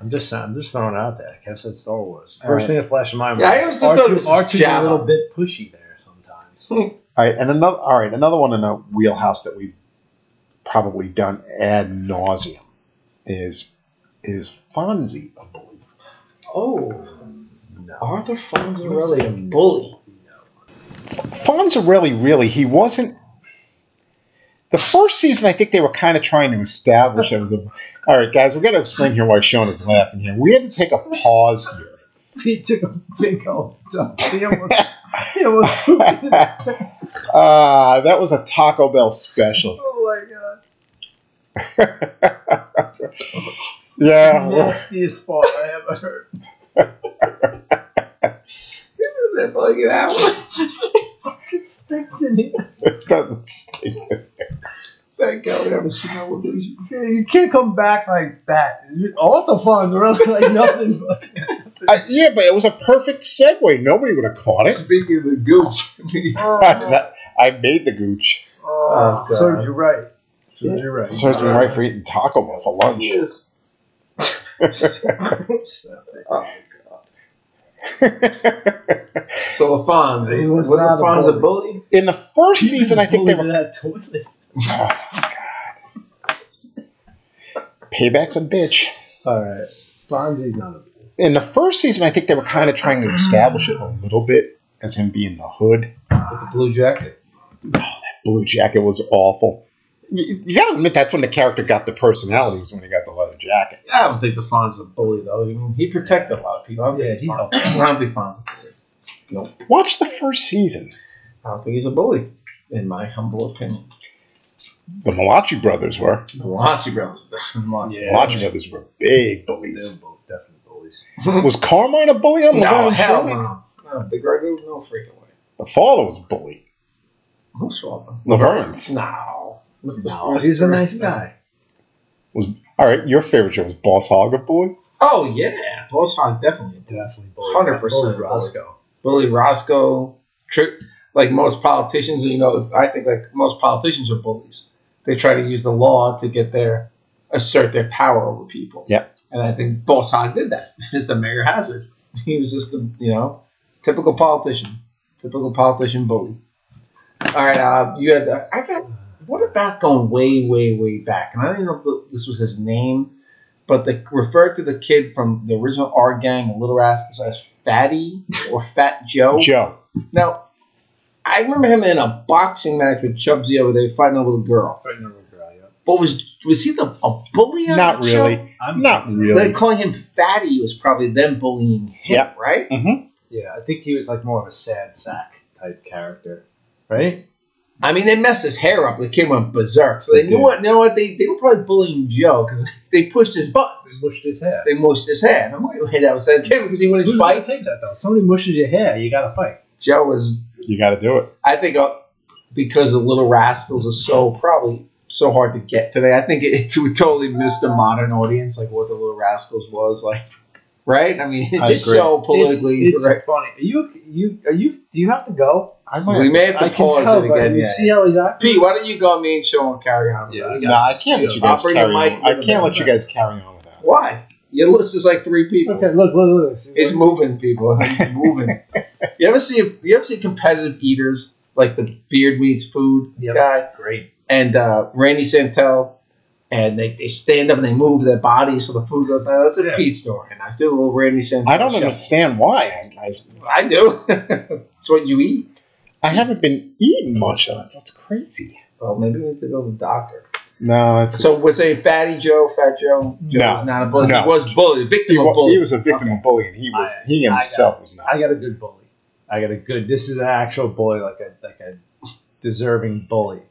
I'm just I'm just throwing it out there. Kev said Star Wars.
All right.
First thing that flashed in my mind.
Yeah, I also thought it was
R2,
just
R2's a
Jabba.
little bit pushy there sometimes.
All right, and another all right, another one in a wheelhouse that we've probably done ad nauseum is is Fonzie a bully?
Oh,
No.
Arthur
Let's
Fonzarelli,
say
a bully.
Fonzarelli really he wasn't. The first season, I think they were kind of trying to establish it was a. All right, guys, we're going to explain here why Sean is laughing here. We had to take a pause here.
He took a big old dump. He almost, he almost Oh pooped in his pants.
Ah, that was a Taco Bell special.
Oh my god.
Yeah.
Nastiest fart I ever heard.
That bully get out.
It stinks in here.
It doesn't stink.
Thank God we have a smell illusion.
You can't come back like that. All the funds are like nothing.
I- yeah, but it was a perfect segue. Nobody would have caught it.
Speaking of the gooch,
Oh,
I, was- I made the gooch.
Oh, God.
Serves you right. Serves you right.
It serves me right for eating Taco Bell for lunch.
Yes. Oh, so LaFonz,
He
was
was not a
LaFonz a bully?
In the first season, I think they were.
that toilet.
Payback's a bitch.
All right, Fonzie's not a bully.
In the first season, I think they were kind of trying to establish it a little bit as him being the hood.
With the blue jacket.
Blue Jacket was awful. You, you gotta admit, that's when the character got the personality, was when he got the leather jacket.
I don't think LaFonz a bully, though. I mean, he protected a lot of people. I don't
Yeah,
think
he
Fonz-
helped.
I don't think Fonz a bully.
Watch the first season.
I don't think he's a bully, in my humble opinion.
The Malachi brothers were.
The Malachi brothers. The Malachi
Yeah.
Malachi brothers were big bullies.
They're both definitely bullies.
Was Carmine a bully on
No,
Laverne and
hell
Shirley?
no. No, Big Ragu, no freaking way.
The father was a bully.
Who's Swallow?
Laverne's.
No. What's the
No,
first-
he's a nice guy.
All right, your favorite show was Boss Hog a bully?
Oh, yeah. Boss Hog, definitely.
Definitely bully.
100%
Bully
bully.
Roscoe.
Bully Roscoe, Trick. Like most politicians, you know, I think like most politicians are bullies. They try to use the law to get their assert their power over people.
Yep.
And I think Boss Hog did that. As the mayor hazard, he was just a you know typical politician, typical politician bully. All right, uh, you had the, I got. What about going way, way, way back? And I don't even know if this was his name, but they referred to the kid from the original R Gang and Little Rascals as Fatty or Fat Joe.
Joe.
Now, I remember him in a boxing match with Chubbs the other day, fighting over the girl.
Right number girl, yep.
But was was he the a bully? On
Not
that show?
really.
I'm
Not
Like
really.
calling him fatty was probably them bullying him,
Yeah.
right?
Yeah, I think he was like more of a sad sack type character, right?
I mean, they messed his hair up. The kid went berserk. So they
They
knew
did.
what. You know what? They, they were probably bullying Joe because they pushed his buttons.
Mushed his hair.
They mushed his hair. And I'm like, wait, that was that kid because he wouldn't
Who's gonna
fight.
take that though? Somebody mushes your hair, you gotta fight.
Joe was
You gotta do it.
I think uh, because the Little Rascals are so probably so hard to get today, I think it, it would totally miss the modern audience, like what the Little Rascals was like, right? I mean, it's
I
just
agree.
so politically
it's, it's
correct.
funny. Are you you are you do you have to go?
I
We may have to
I can
pause
tell.
it
but
again.
you
Yeah.
see how he's acting.
Pete, why don't you go? Me and Sean will carry on.
Yeah.
You
No,
got
I
this.
can't let you
I'll
guys
bring
carry
the
on.
mic
I
to the
can't let you
man.
guys carry on with that.
uh, Why? Your list is like three
It's
people.
okay. Look, look, look. See,
It's
look.
moving, people. It's moving. you ever see? You ever see competitive eaters like the Beard Meats Food
Yep.
guy?
great.
and uh, Randy Santel, and they, they stand up and they move their bodies so the food goes out. That's a
Yeah.
Pete story, and I do a little Randy Santel.
I don't
show.
understand why. I, I,
I do. it's what you eat.
I haven't been eating much of it, so it's crazy.
Well, maybe we need to go to the doctor.
No, it's
So we're saying Fatty Joe, Fat Joe, Joe
No.
was not a bully.
No.
He was bullied, a
he,
victim
wa-
of bullying.
he was a victim of bullying. He was
I-
he
I got
himself was not.
I got a good bully. I got a good. This is an actual bully, like a like a deserving bully.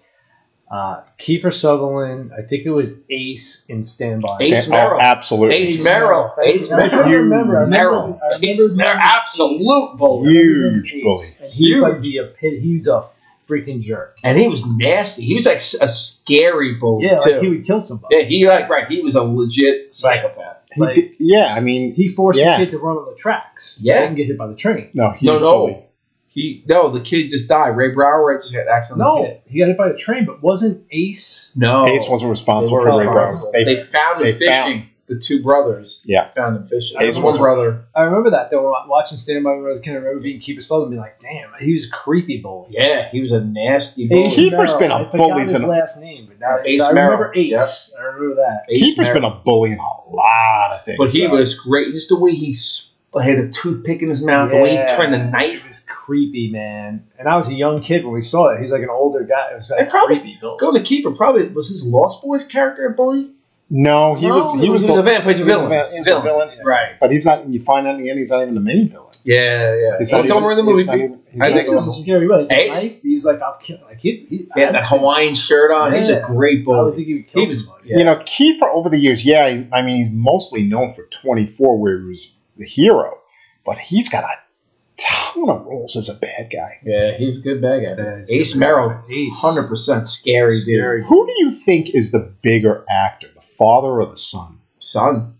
Uh, Kiefer Sutherland. I think it was Ace in Stand By.
Ace
Stand- oh,
Merrill.
absolutely.
Ace Merrill. Ace
I
Merrill.
remember. I
Merrill.
remember. I remember
Ace
his name
Merrill.
was Ace.
Absolute bully.
Huge
And he's
Huge.
like the epit- he's a freaking jerk.
and he was nasty. He was like s- a scary bully
Yeah,
Oh, too.
like he would kill somebody.
yeah, he like right. He was a legit psychopath.
He
Like-
did- yeah, I mean,
He forced
Yeah.
the kid to run on the tracks.
Yeah.
and get hit by the train.
no, he
no,
was
no,
bully.
he no. The kid just died. Ray Brower just had accidental. hit.
No, he got hit by the train, but wasn't Ace?
no.
Ace wasn't responsible
They
for
were
Ray Brown's.
responsible.
They,
They found him
they
fishing.
found-
The two brothers.
Yeah.
found him fishing.
Ace
Ace one
wasn't-
brother.
I remember that though. wa- Watching Stand by Me when I was a kid, I remember being Keeper Slow and being like, "Damn, he was a creepy bully."
Yeah, he was a nasty bully. Ace,
Ace
Kiefer's
Merrill.
been a
I forgot
bully
his
since-
last name, but now
Ace
I remember
Merrill.
Ace. I remember that.
Keeper's
Merrill.
been a bully in a lot of things.
But he
though.
was great. Just the way he sp- had a toothpick in his mouth, the way he
Yeah.
turned the
It
knife.
was creepy, man. And I was a young kid when we saw it. He's like an older guy. It was like
And probably-
creepy. Bill.
Go to Keeper. Probably was his Lost Boys character a bully?
No, he was. He was,
a
the,
vampire. He was a
he was a
villain.
va- he was a villain.
Right.
But he's not. You find out in the end, he's not even the main villain.
Yeah, yeah.
He's
Well,
not
don't
even-
ruin the movie.
he's not
Pete.
even- he's
I
not
think
even
Ace
so.
the-
was a scary one. Like,
Ace?
knife, He's like, I'll kill. Like he, he
He had that Hawaiian shirt on. He's a
Yeah.
great
I would
bully.
think he would kill
He's-
somebody.
yeah.
You know, Kiefer over the years, yeah, he- I mean, he's mostly known for 24, where he was the hero, but he's got a ton of roles as a bad guy.
Yeah, he was a good bad guy.
Yeah, he's
Ace
good.
Merrill,
Ace.
hundred percent scary dude.
Scary.
Who do you think is the bigger actor, the father or the son?
Son,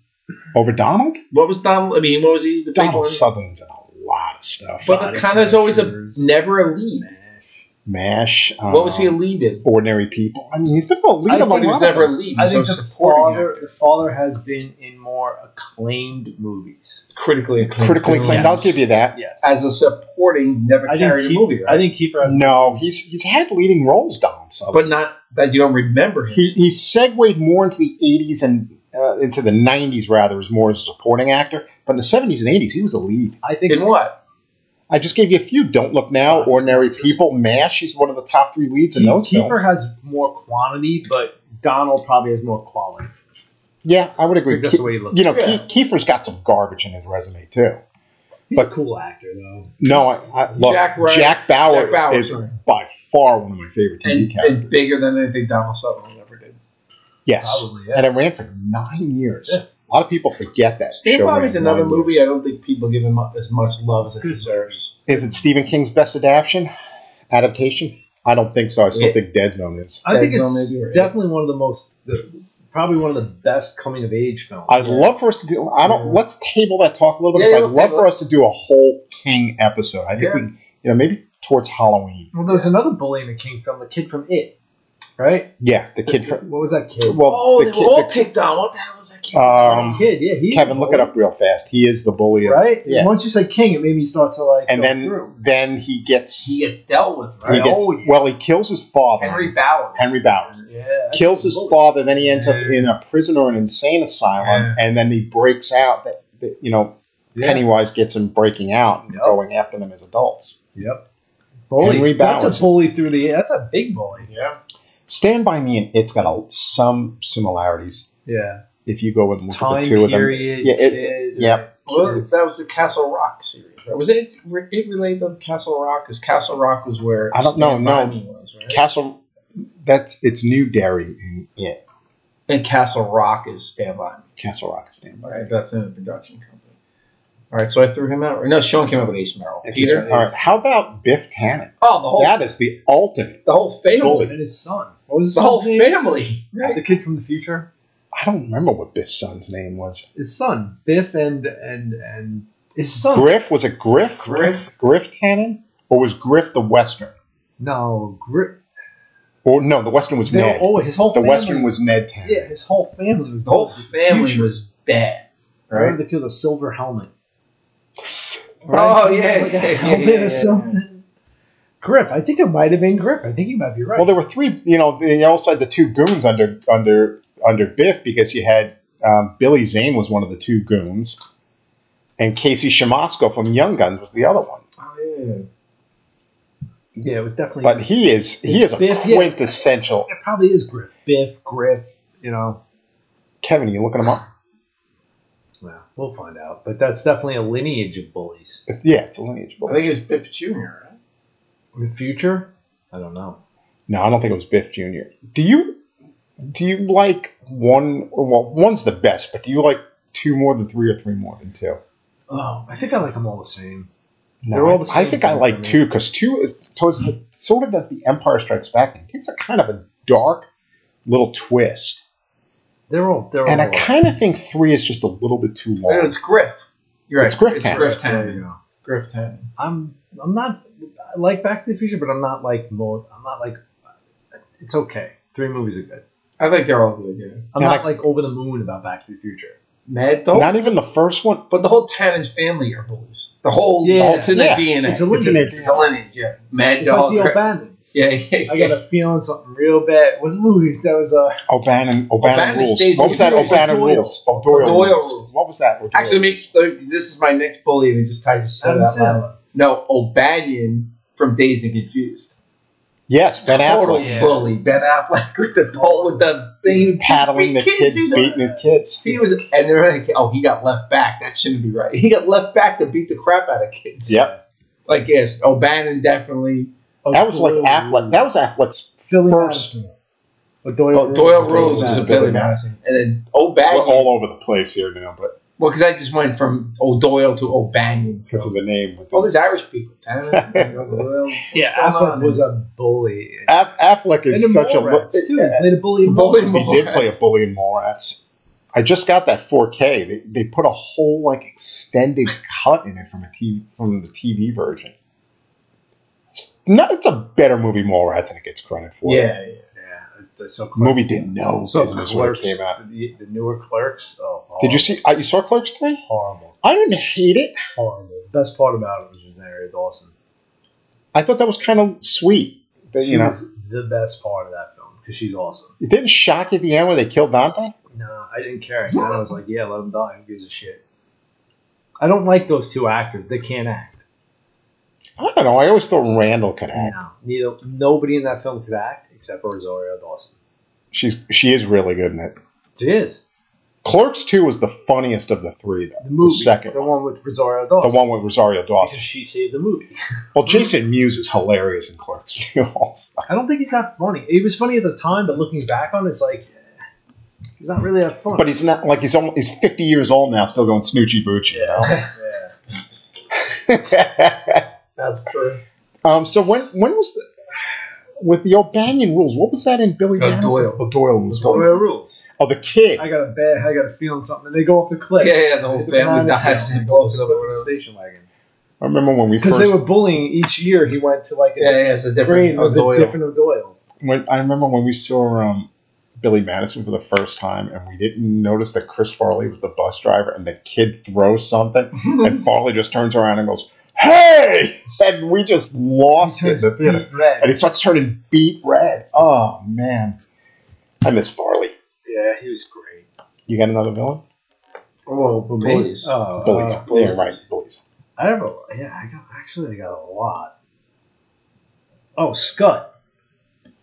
Over Donald?
what was Donald? I mean, what was he? The big one.
Donald Sutherland's in a lot of stuff.
But the kind of is always a never a lead.
Smash.
MASH. Um,
What was he a lead in?
Ordinary People. I mean, he's been a lead
I
in a
thought he was
lot of
never a
them.
lead. He
I
was
think
a
the
supporting
father,
actor.
the father has been in more acclaimed movies.
critically acclaimed.
critically acclaimed. I'll
Yes.
give you that.
Yes,
as a supporting never
I think
carried a
Kiefer,
movie, right?
I think Kiefer. Has,
No, he's he's had leading roles, Donald
but
Sutherland.
not that you don't remember him.
he he segued more into the 80s and uh, into the 90s rather as more as a supporting actor but in the 70s and 80s he was a lead
I think
in what?
i just gave you a few don't look now ordinary people mash he's one of the top three leads in those
Kiefer
films
has more quantity, but Donald probably has more quality.
yeah i would
I
agree
think that's the
Ke-
way he looks.
you know
Yeah.
Ke- kiefer's got some garbage in his resume too
He's a cool actor, though.
no i, I look
Jack Ryan-
jack, bauer
Jack Bauer,
is
sorry.
by far one of my favorite tv
And,
characters
and bigger than anything Donald Sutherland ever did.
yes
Probably, yeah.
and it ran for nine years
Yeah.
a lot of people forget that
Stand
show
By
ran
Me is
for
another
nine
movie
years.
I don't think people give him as much love as it deserves.
Is it Stephen King's best adaptation? Adaptation? I don't think so. I still
Yeah.
think Dead Zone is.
I think
Yeah,
it's
no, maybe you're right.
definitely one of the most, the, probably one of the best coming of age films.
I'd love for us to do. I don't.
Yeah.
Let's table that talk a little bit.
Yeah, yeah,
'cause I'd
let's
love
table
for
it.
us to do a whole King episode. I think
Yeah.
we, you know, maybe towards Halloween.
Well, there's another bully in the King film, the kid from It, right?
Yeah, the kid from.
What was that kid?
Well,
Oh,
the
they
kid.
were all
the-
picked on. What the hell was that kid?
Um,
kid, yeah, he.
Kevin, look it up real fast. He is the bully, of-
Right?
Yeah.
Once you said King, it made me start to like.
and
go
then
through.
then he gets
he gets dealt with,
he
right?
gets
Oh, yeah.
well. He kills his father,
Henry Bowers.
Henry Bowers.
yeah,
kills his
Bully.
father. Then he ends up
Yeah.
in a prison or an insane asylum,
Yeah.
and then he breaks out. That, that you know,
Yeah.
Pennywise gets him breaking out and
Yep.
going after them as adults.
Yep. Bully.
Henry
That's
Bowers.
a bully through the. That's a big bully. Yeah.
Stand by Me and It's got a, some similarities.
Yeah.
If you go and look
Time
at the two
period.
Yeah, it-
kid,
yeah.
right.
Well, that was the Castle Rock series. Right? Was it? It related to Castle Rock because Castle Rock was where
I don't know,
Stand By
no.
Me was,
of
right?
them, Castle. That's it's New Derry in it.
and Castle Rock is Stand By Me.
Castle Rock is Stand by. Me.
Right, that's in the production company. All right, so I threw him out. No, Sean came up with Ace Merrill. Peter,
All right. How about Biff Tannen?
oh, the whole
That is the ultimate.
the whole family,
And his son. What was his
the whole
son's name?
family. Right?
The kid from the future.
I don't remember what Biff's son's name was.
His son, Biff, and and and his son.
Griff was it Griff?
Griff.
Griff Tannen, or was Griff the Western?
No, Gri-
Or no, the Western was
they were
Ned.
always- his whole
The
family,
Western was Ned Tannen.
yeah, his whole family was
The whole
bullies.
family was bad.
I remember they killed a silver helmet.
Oh,
Right?
yeah,
Like
yeah,
a
yeah,
helmet
yeah,
or
yeah,
something. Griff, I think it might have been Griff. I think you might be right.
Well, there were three. You know, they also had the two goons under under under Biff because you had um, Billy Zane was one of the two goons, and Casey Shamasco from Young Guns was the other one.
Oh yeah.
yeah, it was definitely.
But he is he is a
Biff, yeah.
quintessential.
it probably is Griff. Biff, Griff. You know,
Kevin, are you looking him up?
well, we'll find out. But that's definitely a lineage of bullies.
Yeah, it's a lineage.
I think it was Biff Junior. Right?
The future, I don't know.
No, I don't think it was Biff Jr. Do you do you like one? Well, one's the best, but do you like two more than three or three more than two?
Oh,
I think I like them all the same.
No,
They're all the
I- I
same
think I
thing
like
for me.
two because two is- towards the, sort of does the Empire Strikes Back thing. Takes a kind of a dark little twist,
They're all they're
and I
all alike.
kind of think three is just a little bit too
No,
long.
it's Griff. You're right.
It's Griff Town.
Griff
There you
Town.
go.
Griff Town.
I'm I'm not I like Back to the Future, but I'm not like more. I'm not like it's okay. Three movies are good.
I think they're all good. Yeah.
I'm
Yeah,
not like over the moon about Back to the Future.
Mad Dog.
Not even the first one.
but the whole Tannen's family are bullies. The whole
Yeah.
it's in their
Yeah.
DNA.
It's a
It's in
lineage.
there.
It's a lineage, Yeah. Mad
It's
Dog.
like the
Griff-
O'Bannons.
yeah, yeah, yeah.
I got a feeling something real bad. It was movies that was uh
O'Bannon, O'Bannon,
O'Bannon
rules.
stays
What was that?
in-
O'Bannon
O'Doyle.
rules. O'Doyle,
O'Doyle
rules.
rules.
What was that? O'Doyle
Actually,
rules.
makes this is my next bully, and it just ties to
Adam
that line.
Sandler.
No, O'Banion from Days and Confused.
yes, Ben
Total
Affleck
Yeah.
bully. Ben Affleck with the ball with the thing
paddling the kids,
he was-
beating the kids.
He was, and they're like, "Oh, he got left back. That shouldn't be right. He got left back to beat the crap out of kids."
Yep,
Like yes, O'Bannon definitely.
Oh,
that was like
O'Doyle
Affleck. That was Affleck's
Philly
first.
Madison. O'Doyle,
Oh, Doyle
Rose
Rose is a
Billy
Billy Madison, and then O'Banion.
We're all over the place here now, but
well, because I just went from O'Doyle to O'Banion.
because of the name. With
all
the,
these Irish people. O'Doyle.
Yeah,
What's going
Affleck
on?
was a bully.
Aff- Affleck
And
is
in
such a.
Mallrats,
li-
too. He played a bully. in
Bully in
Mallrats.
He did play a bully in Mallrats. I just got that 4K. They, they put a whole like extended cut in it from a TV, from the TV version. It's not. It's a better movie Mallrats than it gets credit for.
Yeah, yeah.
Yeah, that's so
The movie did no
So
business when it
clerks,
came out.
The, the newer clerks. Oh,
Did
horrible.
you see? Uh, you saw Clerks three?
horrible,
I didn't hate it.
horrible? The best part about it was Rosario Dawson.
I thought that was kind of sweet. That,
she
you know,
was the best part of that film because she's awesome.
it didn't shock you at the end where they killed Dante.
Nah, I didn't care. And I was like, yeah, let him die. Who gives a shit? I don't like those two actors. They can't act.
I don't know. I always thought Randall could act.
No, neither, nobody in that film could act except for Rosario Dawson.
She's she is really good in it.
She is
Clerks two was the funniest of the three, though.
the movie, the,
second
one with Rosario Dawson.
The one with Rosario
because
Dawson.
she saved the movie.
Well, Jason Mewes is hilarious in Clerks too. Also,
I don't think he's that funny. He was funny at the time, but looking back on it, it's like eh, he's not really that funny.
but he's not like he's almost, he's fifty years old now, still going snoochie boochie.
yeah,
You know?
that's true.
um, so when when was the, with the O'Banion rules? What was that in Billy
Uh,
Madison?
Doyle.
Oh, Doyle rules. What was-
Royal rules.
Oh, the kid.
I got a bad. I got a feeling something, and they go off the cliff.
Yeah, yeah, the whole
They
family
go off the
dies
cliff,
and blows
they
up
go
or
off the
whatever.
station wagon
I remember when we
because
first
they were bullying each year. He went to like a
Yeah, yeah, it's a
grade
different
was
O'Doyle.
a different O'Doyle.
when I remember when we saw um, Billy Madison for the first time, and we didn't notice that Chris Farley was the bus driver, and the kid throws something, and Farley just turns around and goes, "Hey!" and we just lost it in the theater.
Deep red.
and it starts turning beet red. Oh man, I miss Farley.
Yeah, he was great.
You got another villain?
oh, please.
Oh,
Bully.
uh,
yeah, right. Bullies.
I have a yeah. I got actually I got a lot. Oh, Scut.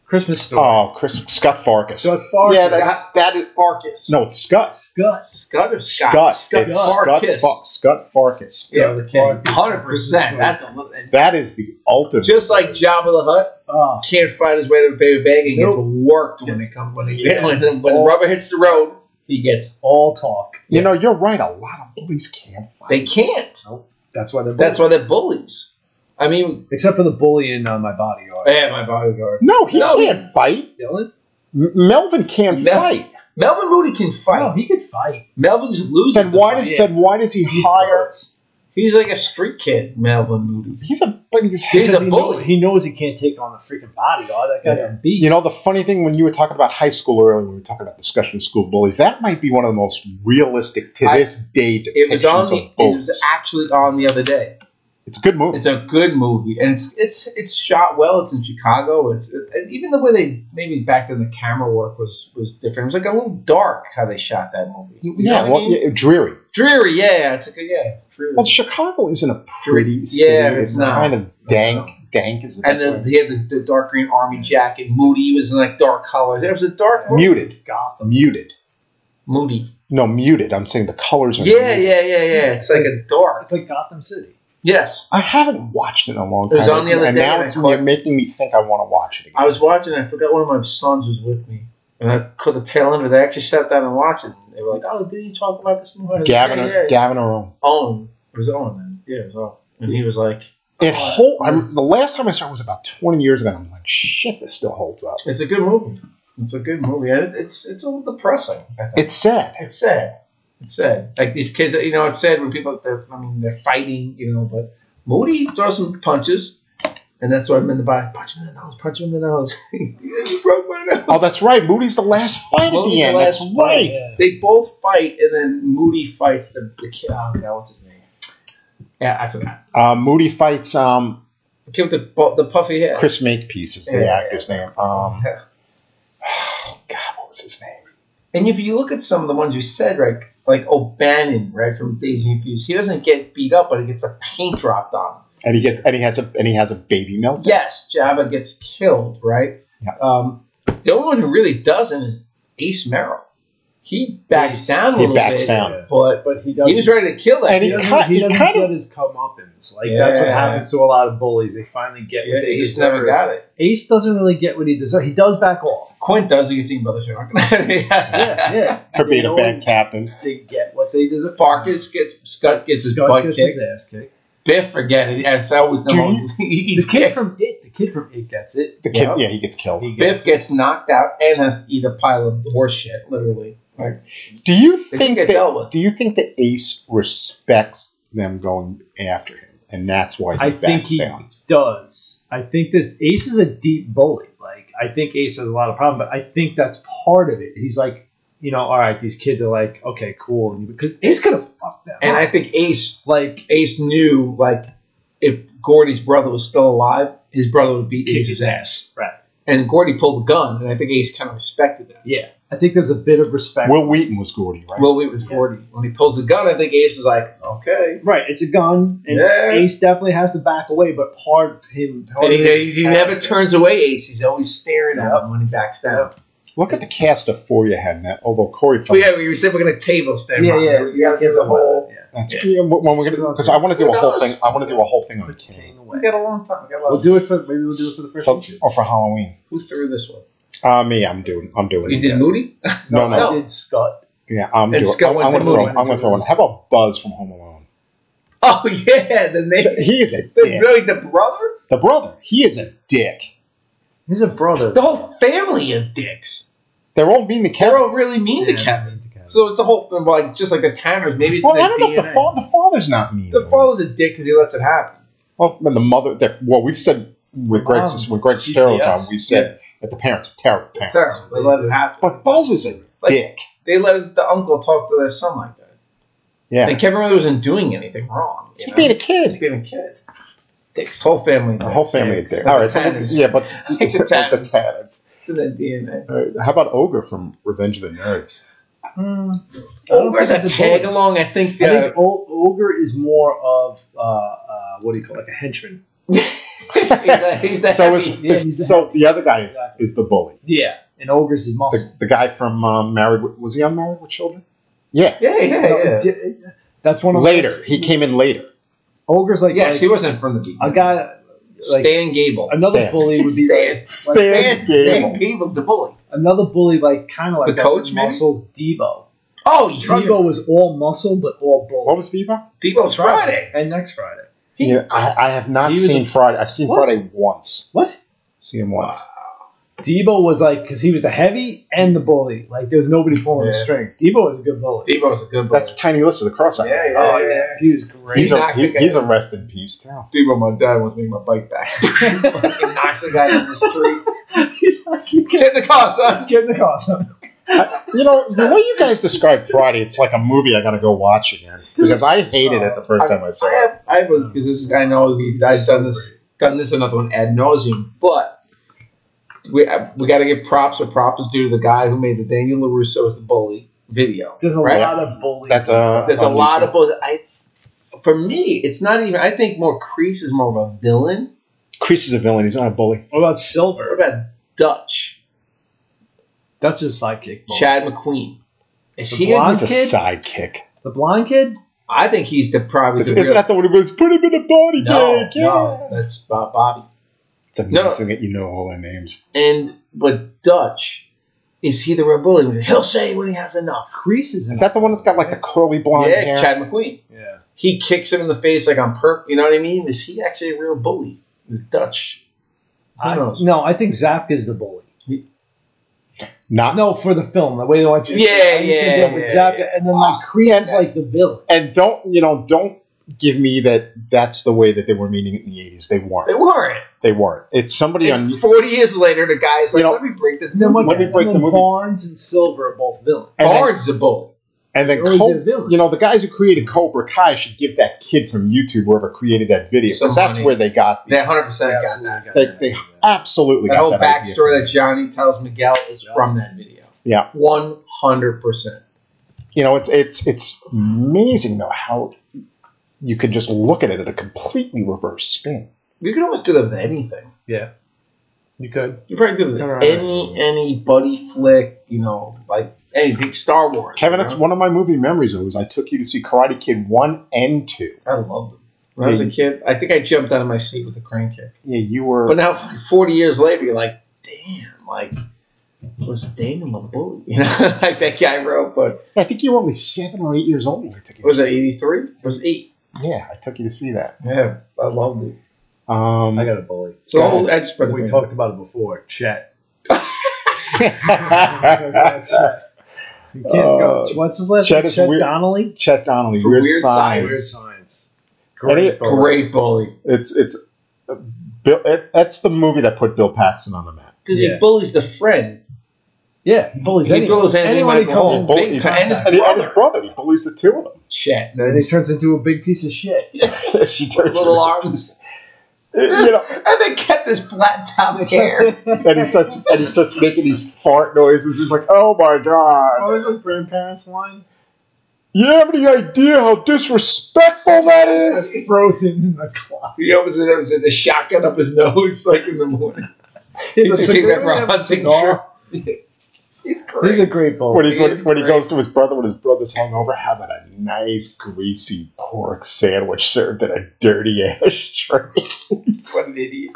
Christmas story.
Oh, Chris Scott Farkas.
Scut Farkas.
Yeah, that, that is
Farkas.
no, it's Scott.
Scut.
Scott or Scott?
Scott.
Scott.
It's
Farkas.
Scott, Fa- Scott Farkas.
Yeah,
Scott Farkas.
Hundred percent. That's a little, and
That is the ultimate.
just like Jabba the Hutt
Oh,
can't find his way to the baby bag and
Nope.
gets worked when
Gets-
it comes when, he,
Yeah.
when, the- when the rubber hits the road. He gets.
all talk.
you know, you're right. A lot of bullies can't fight.
They can't.
That's why they're.
That's why
bullies.
they're bullies. I mean,
Except for the bully in uh, my bodyguard.
Oh, yeah, my bodyguard.
no, he
No.
can't fight.
Dylan?
M- Melvin can't
Mel-
fight.
Melvin Moody can
Wow,
fight.
he could fight.
Melvin just loses.
Then
the
why
fight.
does then why does he hire?
He's like a street kid, Melvin Moody.
He's a but he's
He's a
he
bully.
Knows, he knows he can't take on the freaking bodyguard. That guy's a beast.
You know, the funny thing when you were talking about high school earlier, when we were talking about discussion of school bullies, that might be one of the most realistic to
I-
this day depictions
It was on. The,
of
it
bullies.
was actually on the other day.
it's a good movie.
It's a good movie, and it's it's it's shot well. It's in Chicago. It's and even the way they maybe back then the camera work was was different. It was like a little dark how they shot that movie. You know
yeah,
what I
well,
mean?
yeah, dreary.
dreary. Yeah, it's like a, yeah, dreary.
Well, Chicago isn't a pretty city.
Yeah,
it's,
it's not.
kind of dank. Dank is the
and
best
then
word.
he had the, the dark green army jacket. Moody was in like dark colors. It was a dark movie.
muted,
Gotham.
muted.
Moody.
No, muted. I'm saying the colors are.
Yeah,
muted.
yeah, yeah, yeah. It's like a dark.
It's like Gotham City.
Yes,
I haven't watched it in a long
It
time.
was on the other
and
day
now
and I
it's
caught-
you're making me think I want to watch it again.
I was watching. I forgot one of my sons was with me, and I caught the tail end of it. I actually sat down and watched it. They were like, "Oh, did you talk about this movie?" I was like,
Gavin,
"Yeah, yeah, yeah."
Gavin Arone.
Owen. It was Owen then. Yeah, it was Owen. and he was like,
It hold. I'm, the last time I saw it was about 20 years ago. and I'm like, shit, this still holds up.
"It's a good movie. It's a good movie. And it, it's it's a little depressing. I think.
It's sad.
it's sad. It's sad. Like these kids, you know, it's sad when people. They're, I mean, they're fighting, you know. But Moody throws some punches, and that's what I'm in the body. Punch him in the nose. Punch him in the nose. he broke my nose.
Oh, that's right. Moody's the last fight
Moody's
at the
the
end. That's
last
right.
Yeah.
They both fight, and then Moody fights the, the kid. Oh God, what's his name? Yeah, I forgot.
Uh, Moody fights um,
The kid with the bu- the puffy hair.
Chris Makepeace is the
Yeah.
actor's name. Um,
Yeah.
oh, God, what was his name?
And if you look at some of the ones you said, like like O'Bannon, right from Daisy Infused, he doesn't get beat up, but he gets a paint dropped on him.
And he gets and he has a and he has a baby milk.
Yes, Jabba gets killed, right?
Yeah.
Um, the only one who really doesn't is Ace Merrill. He backs
Ace.
down a
He
little
backs
bit,
down.
but
But he
he was
doesn't.
ready to kill that.
And
kid.
He
he
doesn't,
cut-
he
he
doesn't
kinda-
get his comeuppance. Like that's what
Yeah.
happens to a lot of bullies. They finally get
Yeah,
what they
Ace never
deserve.
got it.
Ace doesn't really get what he deserves. He does back off.
Quint does. You can see Brother Shark.
Yeah, yeah.
For being
You
a
know
bad
what?
captain,
They get what they deserve.
Farkas gets Scut gets his
Scott
butt
gets
kicked.
his ass kicked.
Biff forget it. As I always
Do
know,
you-
he, he
The kid
gets-
from it. The kid from it gets it.
the kid,
Yeah.
yeah, he gets killed.
He
Biff
gets it.
gets knocked out and has to eat a pile of horse shit, literally. Like,
Do you
They didn't
think
get
that?
dealt with.
Do you think that Ace respects them going after him, and that's why he
I
backs
think he
down?
does. I think this Ace is a deep bully. Like I think Ace has a lot of problem, but I think that's part of it. He's like, you know, all right, these kids are like, okay, cool, because Ace could have fucked them.
And I
up.
think Ace
like
Ace knew like if Gordy's brother was still alive, his brother would beat Ace's ass.
right,
And Gordy pulled the gun, and I think Ace kind of respected that.
yeah. I think there's a bit of respect.
Will Wheaton was Gordy, right?
Well, it was Gordy. When he pulls the gun, I think Ace is like, okay.
right. It's a gun, and
Yeah.
Ace definitely has to back away, but part of him, part
And
of
he,
his
he
character-
never turns away Ace. He's always staring at him when he backs down.
Look at the cast of four you had in that. Although Corey,
But
Feldman-
yeah, we said we're going to table
Yeah,
stand.
yeah.
We got to give the whole.
Yeah.
that's yeah, when we're gonna because I want to do
Who
a whole
knows?
thing. I want to do a whole thing on
Put
King
Kane
We
away.
got a long time. We got a lot
We'll
of-
do it for maybe we'll do it for the first
Oh,
for,
issue.
or oh, for Halloween.
Who threw this one?
Uh, me, I'm doing. I'm doing.
You
it.
did Moody?
No, no,
no.
I did Scott.
yeah, I'm
And
doing.
Scott
I'm,
went
I'm
to
gonna
Moody.
throw. I'm gonna throw in. How about Buzz from Home Alone?
Oh, yeah. The name.
He is a dick.
Really, the brother?
The brother, he is a dick.
He's a brother.
The whole family of dicks.
They're all mean to
They're
Kevin.
all really mean
Yeah,
to Kevin.
mean to Kevin.
So it's a whole thing, like just like the Tanners. Maybe it's
Well,
in
I don't know
their
if the,
DNA.
fa- the father's not mean.
the father's a dick because he lets it happen.
Well, and the mother. That, well, we've said with Greg
Mom,
with Greg Stero's on,
CPS.
we said that the parents are terrible parents.
Terrible. They let it happen.
But Buzz is a
Like-
dick.
They let the uncle talk to their son like that.
Yeah,
And Kevin really wasn't doing anything wrong. you
he's
know?
being a
He's
kid.
being a kid. Dick's whole family.
The whole family is
dicks.
dick. All right,
The
so we'll-
Tanners.
yeah, but
Like the Tanners.
Tanners.
It's in their DNA.
All right, How about Ogre from Revenge of the Nerds?
Hmm. I
Oh,
don't
Ogre's
think
a
he's a
tag
bully.
along. I think.
I
Uh,
think o- ogre is more of uh, uh, what do you call it, like a henchman.
he's the, he's the
So is,
heavy-
Yeah,
is-
he's the-
so the other guy is,
Exactly.
is the bully.
Yeah, and ogre's his muscle.
The, the guy from um, Married with, was he on Married with Children? Yeah,
yeah,
No,
yeah, yeah.
d- That's one of
later
those-
he came in later.
Ogre's like
Yes,
like,
he wasn't from the beginning.
a guy like
Stan Gable.
another
Stan.
bully would be like,
Stan, Stan,
Gable.
Stan Gable's the bully.
another bully like kind of like
The
that
coach, maybe?
muscles Debo.
Oh, you
Debo was all muscle but all bull.
What was Viva?
Debo's Friday.
and next Friday.
He-
yeah, I, I have not
he was
seen
a-
Friday. I've seen
What?
Friday once.
What?
Seen him once.
Debo was like because he was the heavy and the bully. Like there was nobody pulling his
Yeah.
strings. Debo was a good bully.
Debo's a good bully.
That's Tiny List of the Cross. I
yeah,
think.
yeah,
Oh
yeah.
yeah, he was great.
He's,
He
a,
knocked
he,
the guy.
he's a rest in peace too.
Debo, my dad wants me to make my bike back. Fucking knocks the guy down the street.
He's like, you can't
Get in the car, son.
get in the car. son.
You know the way you guys describe Friday, it's like a movie I got to go watch again because I hated it the first time I saw
I
it.
have, I have, because this is, I know we've I've done this, done this another one ad nauseum, but we I- we got to give props or props is due to the guy who made the Daniel Larusso as the bully video.
There's a
Right.
lot of bullies.
That's uh, a
There's a
on
lot
YouTube.
of both. I, for me, it's not even. I think more Crease is more of a villain.
Crease is a villain. He's not a bully.
What about
What
Silver?
about Dutch?
That's his sidekick. bully.
Chad McQueen. Is
The
he? a-
blonde?
He's a
Kid?
sidekick.
The blind kid?
I think he's the probably
Is,
the real-
isn't that the one who goes put him in a body
no,
bag?
no,
yeah."
that's Bob Bobby.
It's amazing that you know all their names.
And but Dutch, is he the real bully? He'll say when he has enough.
Crease is in
Is that the one that's got like the curly blonde
yeah,
hair?
Chad McQueen.
Yeah.
he kicks him in the face like on perp. You know what I mean? Is he actually a real bully? Is Dutch? Who
I,
knows?
no, I think Zach is the bully.
Not
No, for the film, the way they want you.
Yeah,
I just
yeah,
think that with
yeah,
Zach,
yeah.
and then like
Ah,
Crease is like the villain.
and don't you know don't give me that that's the way that they were meaning it in the 80s they
They
weren't
weren't.
they weren't it's somebody on
It's Forty years later, the guy's like,
You know-
"Let me break the
And then what?
Let me
and
break the
then
movie.
Barnes and Silver are both villains.
and then-
Barnes is a bully.
And then,
Or is it
Cobra,
a villain?
you know, the guys who created Cobra Kai should give that kid from YouTube, whoever created that video, because
Some
that's
money.
where they got the,
They hundred percent got that.
they, they absolutely
That
got
whole
that idea.
backstory that Johnny tells Miguel is
Yeah.
from that video.
Yeah.
one hundred percent.
You know, it's it's it's amazing though how you can just look at it at a completely reverse spin.
You can almost do that with anything.
yeah, you could.
You probably do that with
Turn around.
any any buddy flick. You know, like anything Star Wars.
Kevin,
you
that's
know?
one of my movie memories. Though, is I took you to see Karate Kid one and two.
I loved them. When I was a
Yeah.
kid, I think I jumped out of my seat with a crane kick.
Yeah, you were.
But now, forty years later, you're like, damn, like was Daniel a bully? You know, like that guy wrote. But
I think you were only seven or eight years old. When I took you. to
was
see-
it eighty three? Was it eight?
Yeah, I took you to see that.
Yeah, I loved it.
Um,
I got a bully.
So
Yeah.
old edge spread.
We talked about it before. Chet. You can't go. What's his last
Oh. Chet
name?
is
Chet
weird.
Donnelly.
Chet Donnelly,
For
weird,
Weird
science.
Science.
science.
Great
bully.
Great bully.
It's it's uh, Bill. It, that's the movie that put Bill Paxton on the map.
Because
Yeah.
he bullies the friend.
Yeah, he bullies
He
anyone.
bullies anyone
anyone who
who
comes
Oh,
He
in
comes
bull-
big
he-
time.
and his- and he- and his brother. He bullies the two of them.
Chet.
And then he turns into a big piece of shit.
she turns
Little
around.
arms.
You know,
And they get this flat top hair.
and he starts and he starts making these fart noises. He's like, "Oh my god!
Always like grandparents line.
You have any idea how disrespectful that is?"
Frozen in the closet.
he opens it up and the shotgun up his nose like in the morning. He's
He's a
cigarette
cigarette
rods and
cigar.
shit. He's
He's
great.
a great
When
bully.
he goes, when he goes to his brother when his brother's hungover, having a nice greasy pork sandwich served in a dirty ashtray.
what an idiot.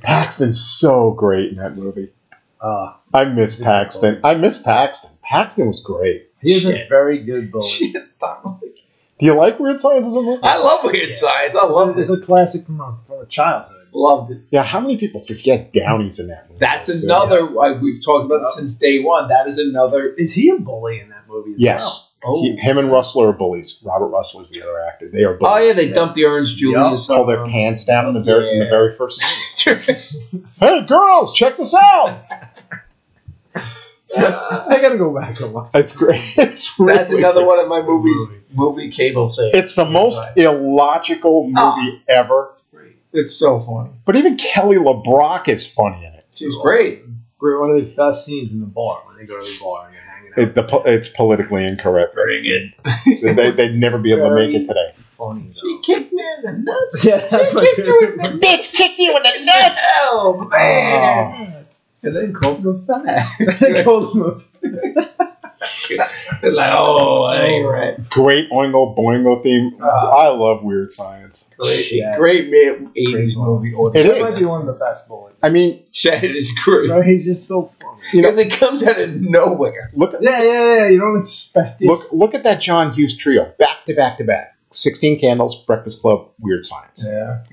Paxton's so great in that movie.
Uh,
I miss Paxton. I miss Paxton. Paxton was great.
he is a
Shit.
very good bully.
Shit, Donnelly.
Do you like Weird Science as a movie?
I love weird science. I love
It's
it.
a classic from our, from our childhood.
Loved it.
Yeah, how many people forget Downey's in that movie?
That's
too?
another. I- We've talked about this since day one. That is another.
Is he a bully in that movie? As
Yes.
Oh,
He- him and Russell are bullies. Robert Russell is the other actor. They are
oh
bullies.
yeah, they dumped the orange Julius.
pull their pants down in the very, in the very first scene. hey, girls, check this out.
Well? I gotta go back and watch.
It's great. It's really
That's another one of my movies.
Movie.
Movie cable saves.
It's the most illogical movie
Ah.
ever.
It's so funny.
But even Kelly LeBrock is funny in it.
She's great.
Great, one of the best scenes in the bar when they go to the bar and they're hanging out.
it the, po- it's politically incorrect. That's-
Bring
They, they'd never be able to make it today.
funny
She
though.
kicked me in the nuts.
Yeah, that's
She kicked you in the nuts.
Bitch kicked you in the
Oh man! And then called her fat.
I told him a
They're like, oh, I ain't right.
Great Oingo Boingo theme.
Ah.
I love weird science.
Great,
Yeah.
great man, eighties
Crazy.
movie. Or
It
That might
is.
be one of the best bullets.
I mean,
Shattered is great
No, he's just so funny.
you know,
because it comes out of nowhere.
look
Yeah, yeah, yeah. You don't expect it.
look look at that John Hughes trio, back to back to back. Sixteen Candles, Breakfast Club, Weird Science,
Yeah.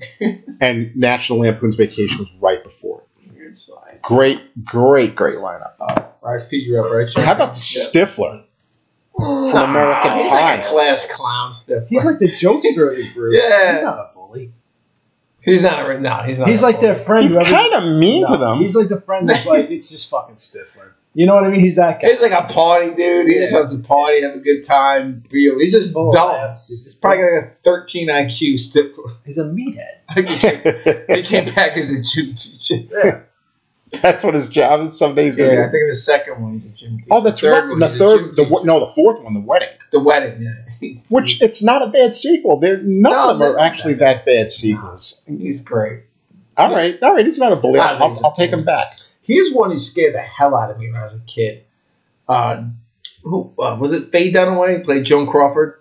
and National Lampoon's Vacation was right before. it.
Weird side.
Great, great, great lineup. Uh,
Right, feed you up, right?
How about
Yeah.
Stifler?
from
American
he's like
Pie?
a class clown stuff.
He's like the jokester of the group.
Yeah.
He's not a bully.
He's not a no. He's not.
He's
a
like their
bully.
friend.
He's
who every-
kind of mean
No,
to them.
He's like the friend that's like, it's just fucking Stifler. You know what I mean? He's that guy.
He's like a party dude. He just
Yeah.
wants to party, have a good time. Be, he's just
Oh,
Full of
dumb.
laughs. He's
He's
just
probably got like a 13 IQ. Still,
He's a meathead.
he came back as a gym teacher.
That's what his job is. Some days gonna
Yeah, I
be.
think in the second one he's a gym teacher.
Oh, that's
The
right.
one,
And the
he's a gym
third, the
teacher.
wed- no, the fourth one, the wedding.
the wedding. Yeah,
Which it's not a bad sequel. They're none
Mm. No,
of them are
they're not
actually that bad sequels.
he's great.
All right, all right. It's not a bully.
I think
I'll,
it's
I'll,
a
I'll take
bully.
him back.
Here's one who scared the hell out of me when I was a kid. Uh, who uh, was it? Faye Dunaway played Joan Crawford.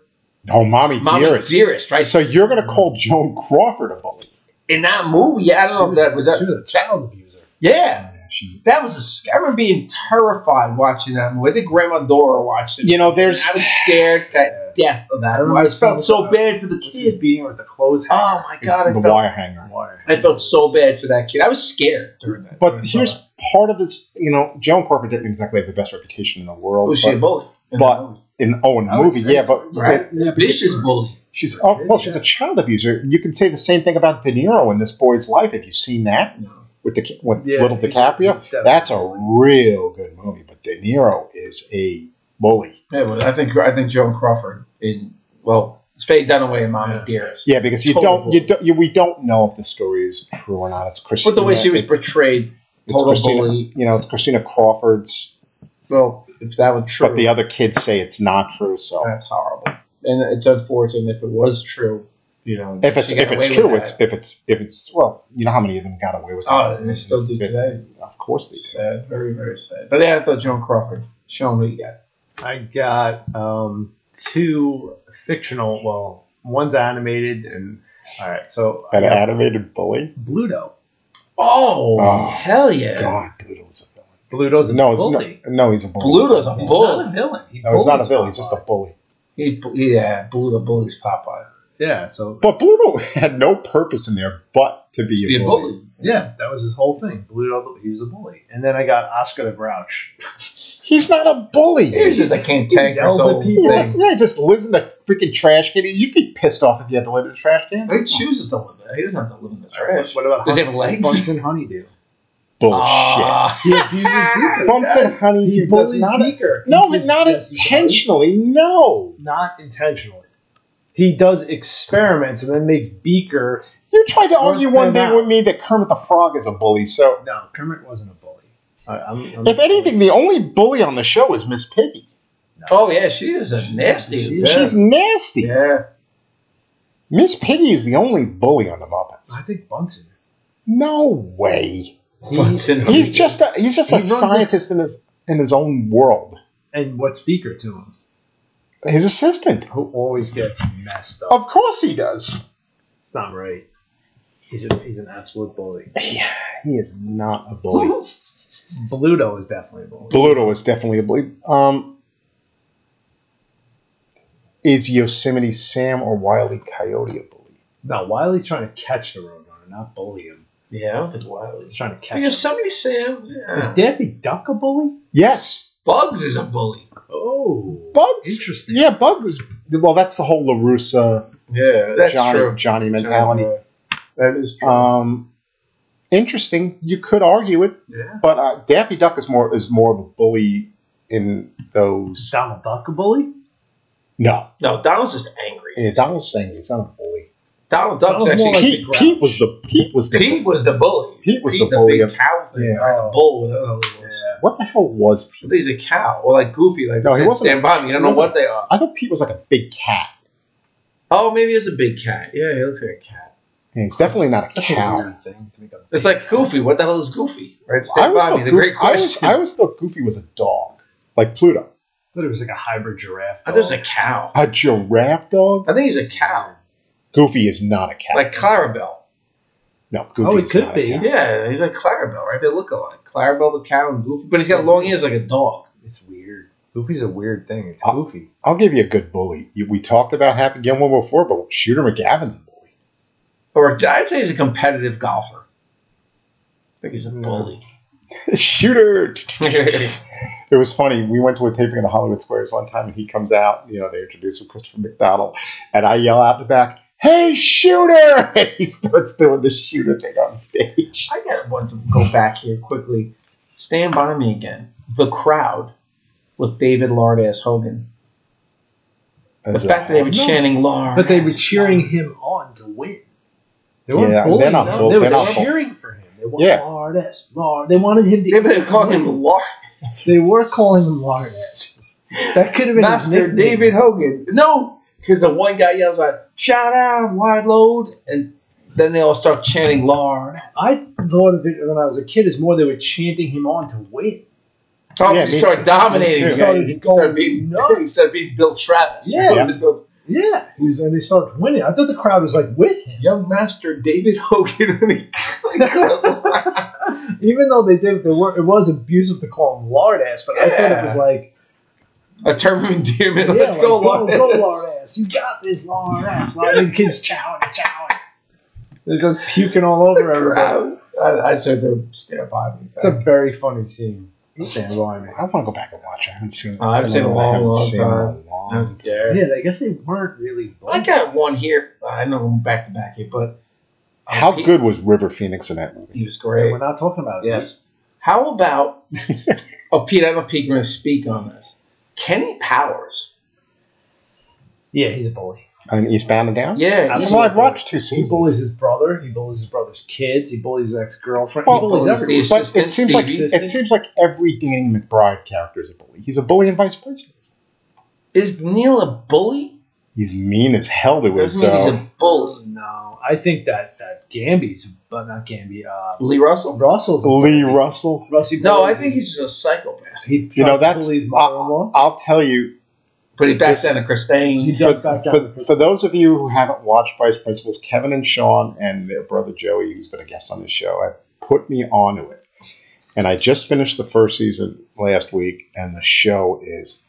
Oh, mommy,
Mommy
dearest.
dearest, right?
So you're gonna call Joan Crawford a bully?
in that movie, yeah, I don't know if that was
She
that.
was a child abuser.
Yeah,
She,
That was a. sc- I remember being terrified watching that movie. I think Grandma Dora watched it.
you know, there's
I was scared to death of that.
I remember
I, felt so
seeing-
bad for the
She's
kid.
beating her with the clothes.
Oh my god, I
the
felt,
wire hanger.
Wire.
I felt so bad for that kid. I was scared.
during that. during
But
that.
here's part of this. You know, Joan Crawford didn't exactly have the best reputation in the world.
Was she a
but
bully?
but- in oh, in the
I would
movie,
say
yeah,
it's
but
right.
yeah, but
vicious bully.
she's oh, well, she's a child abuser. You can say the same thing about De Niro in this boy's life. Have you seen that with the with
Yeah,
little
he's-
DiCaprio?
he's definitely-
That's a real good movie. But De Niro is a bully.
Yeah, well, I think I think Joan Crawford in well, it's Faye Dunaway and Mommy
Yeah.
Dearest.
Yeah, because you
Total
don't, you
bully.
don't, you, we don't know if the story is true or not. It's Christina.
But the way she was
it's,
portrayed,
it's
total
Christina,
bully.
you know, it's Christina Crawford's,
Well, if that was true,
but the other kids say it's not true. So
that's horrible. And it's unfortunate if it was true. You know,
if it's
she got
if it's
away
true,
with
it's
that.
if it's if it's well, you know how many of them got away with
Oh,
it?
and they still do today.
Of course they do.
sad, very very sad. But yeah, I thought Joan Crawford. Sean, what you got?
I got um, two fictional. Well, one's animated, and all right. So I
An
got
animated bully.
Bluto.
Oh,
Oh,
hell yeah!
God, Bluto's a villain.
Bluto's a
No, it's
bully.
not, no, he's a bully.
Bluto's a
He's
bully.
not a villain. He
No, he's not a
bullies
villain. He's just a
Popeye.
bully.
He yeah blew the bullies Popeye.
yeah. So
But Bluto had no purpose in there but to be,
Be a bully.
yeah, that was his whole thing. Bluto, he was a bully. And then I got Oscar the Grouch.
He's not a bully.
He was just a cantankerous
yells at
old.
people.
He's
Right.
just, yeah, he just lives in the freaking trash can. You'd be pissed off if you had to live in a trash can.
He chooses to live there. He doesn't have to live in the trash.
What about
Does he
Hun-
have legs?
Bunsen Honeydew?
Bullshit.
Ah.
He abuses people.
Bunsen honey,
He
he was
bullies
not. A,
Beaker.
no,
He did-
not
yes, he does.
intentionally. No,
Not intentionally. He does experiments and then makes Beaker.
you tried to
Or
argue one
them
day
out.
with me that Kermit the Frog is a bully. So,
No, Kermit wasn't a bully. I, I'm, I'm-
if anything, the only bully on the show is Miss Piggy.
Oh yeah, she is a nasty.
She-
yeah.
She's nasty.
yeah.
Miss Piggy is the only bully on the Muppets.
I think Bunsen.
No way.
He-
Bunsen.
He's just a he's just
He
a
runs his-
scientist in his in his own world.
and what's Beaker to him?
His assistant.
Who always gets messed up.
Of course he does.
It's not right. He's, a, he's an absolute bully.
He, he is not a bully.
Bluto is definitely a bully.
Bluto is definitely a bleep. Um, is Yosemite Sam or Wiley Coyote a bully?
No, Wiley's trying to catch the Roadrunner, not bully him.
Yeah, I don't think Wiley's.
He's trying to catch
Because
him.
somebody Sam.
Is
Yeah.
Daffy Duck a bully?
Yes,
Bugs is a bully.
Oh.
Bugs.
Interesting.
Yeah, Bugs. is- Well, that's the whole Larusa
Yeah, that's
Johnny
true.
Johnny mentality.
That is true.
Um, interesting. You could argue it,
yeah.
but uh, Daffy Duck is more is more of a bully in
Is
those.
Donald Duck a bully?
No,
No, Donald's just angry.
yeah, Donald's saying he's not a bully.
Donald Duck's
Donald's
actually
more like
Pete,
the Grouch.
Pete was the Pete was the
Pete was the bully.
Pete was
Pete,
the bully
big
of
cow thing.
Yeah.
Or the bull. whatever it was.
what the hell was Pete?
But he's a cow, or like Goofy, like
No,
no,
he wasn't-
stand by me. You don't
he
know
wasn't-
what they are.
I thought Pete was like a big cat.
Oh, maybe it's a big cat. Yeah, he looks like a cat.
Yeah, he's definitely not a
That's a
cow.
weird thing to make up.
It's like Goofy. What the hell is Goofy? Right,
I
stand
always,
by
thought
me. The
Goofy,
great
I, always,
question.
I
I,
always thought Goofy was a dog, like Pluto.
thought it was like a hybrid giraffe.
thought it was a cow.
A giraffe dog?
I think he's a cow,
Goofy is not a cat.
like Clarabelle.
no, Goofy
Oh, it
is
could
not
be.
A cat.
Yeah, he's like Clarabelle, right? They look alike. Clarabelle the cow and Goofy, but he's got long ears like a dog.
It's weird. Goofy's a weird thing. It's
Uh,
goofy.
I'll give you a good bully. You- We talked about Happy Gilmore before, but Shooter McGavin's a bully.
Or I'd say he's a competitive golfer. I think he's a
Yeah.
bully.
Shooter!
yeah,
It was funny. We went to a taping of the Hollywood Squares one time, and he comes out. You know, they introduce him Christopher McDonald, and I yell out the back, "Hey, Shooter!" And he starts doing the Shooter thing on stage.
I got one to go back here quickly. Stand by me again. The crowd with David Lard ass Hogan. The
That's
fact that they were
no.
chanting Lard.
But they
ass
were cheering
Hogan.
him on to win. They
Yeah,
weren't
they're
bullying
not
him.
bull-
They were
they're not bull-
cheering for him. They wanted
Yeah.
hard ass, Lard. They wanted him to.
Yeah, but they were calling him Lard.
They were calling him Lard ass. That could have been his
Master
nickname.
David Hogan. No, because the one guy yells out, shout out, wide load, and then they all start chanting Lard.
I thought of it when I was a kid as more they were chanting him on to win.
Oh,
Yeah,
he
me
started
too.
dominating.
Me
the
too.
guy.
Started
He started
going
beating,
nuts.
he started beating Bill Travis.
Yeah.
He was a-
Yeah, he was, and they started winning. I thought the crowd was like with him.
Young Master David Hogan. when he-
Even though they did, they were, it was abusive to call him lard ass, but I thought it was
Yeah.
like
A term of endearment.
Yeah,
Let's
like,
go, Lord.
Go, go, Lawrence. You got this, Lawrence. Like, the kids chowing, chowing. They're just puking all over everybody.
Crowd. I, I said they're stand by me.
It's a very funny scene. Stand by me.
I want to go back and watch. it. I haven't seen. it.
Oh, I haven't
It's
seen it in a
one I
long,
haven't
long
seen in a
time. I was
long-
scared.
Yeah, I guess they weren't really.
I got one here. I know I'm back to back here, but uh,
How
he-
good was River Phoenix in that movie?
He was
Hey,
great.
We're not talking about it.
Yes. How about? oh, Pete, I'm a Pete going to speak on this. Kenny Powers.
Yeah, he's a bully.
And Eastbound and Down.
Yeah,
That's
he's
Absolutely.
why I've watched two
He
seasons.
bullies his brother. He bullies his brother's kids. He bullies his ex girlfriend.
Well,
he bullies
bullies
everyone.
these-
but it
assistant,
seems like
TV
it seems like every Danny McBride character is a bully. He's a bully in Vice Principals.
is Neil a bully?
He's mean as hell to his.
Doesn't mean he's
Uh,
a bully.
No, I think that that Gamby's, but not Gamby. Uh,
Lee Russell.
Russell's a
Lee
bully.
Russell.
Russie
No, I
bullies
think
his-
he's just a psychopath.
He
You know
tries to
that's.
bully his
I,
mother-in-law.
will tell you
But he backs down to Christine.
He
for,
does back down.
for, for those of you who haven't watched Vice Principals, Kevin and Sean and their brother Joey, who's been a guest on this show, have put me onto it. And I just finished the first season last week, and the show is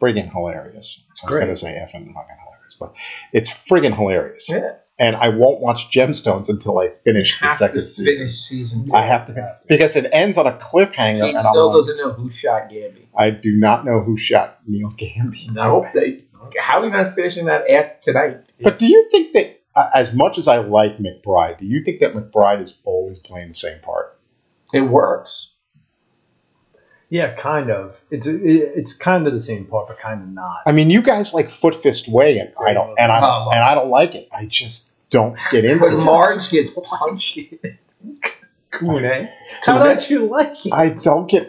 friggin' hilarious. So I was
Great.
going to say effing fucking hilarious, but it's friggin' hilarious.
Yeah.
And I won't watch Gemstones until I finish the
Half
second
this
season.
fitness season.
I have to because it ends on a cliffhanger,
He
and I'm
still
like,
doesn't know who shot Gamby.
I do not know who shot Neil Gamby.
I hope they. How are you not finishing that after tonight?
But do you think that, uh, as much as I like McBride, do you think that McBride is always playing the same part?
It works.
Yeah, kind of. It's it- it's kind of the same part, but kind of not.
I mean, you guys like Foot Fist Way, and I don't, and I
Oh,
and I don't like it. I just don't get into
When
it.
Marge gets punched,
Cool, eh?
Cool,
How
eh?
don't you like it?
I don't get.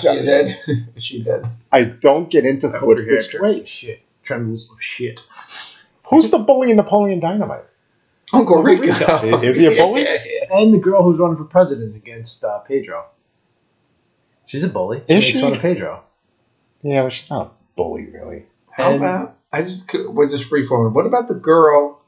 she did. she did.
I don't get into
I
Foot
hope your hair
Fist
turns
Way.
to shit. Trembles of shit.
Who's the bully in Napoleon Dynamite?
Uncle Rico.
Rico.
Is he a bully?
Yeah, yeah.
And the girl who's running for president against uh, Pedro. She's a bully.
Is
makes
she?
fun of Pedro.
Yeah, but she's not a bully, really.
How
And-
about I just could- we're just free forming. What about the girl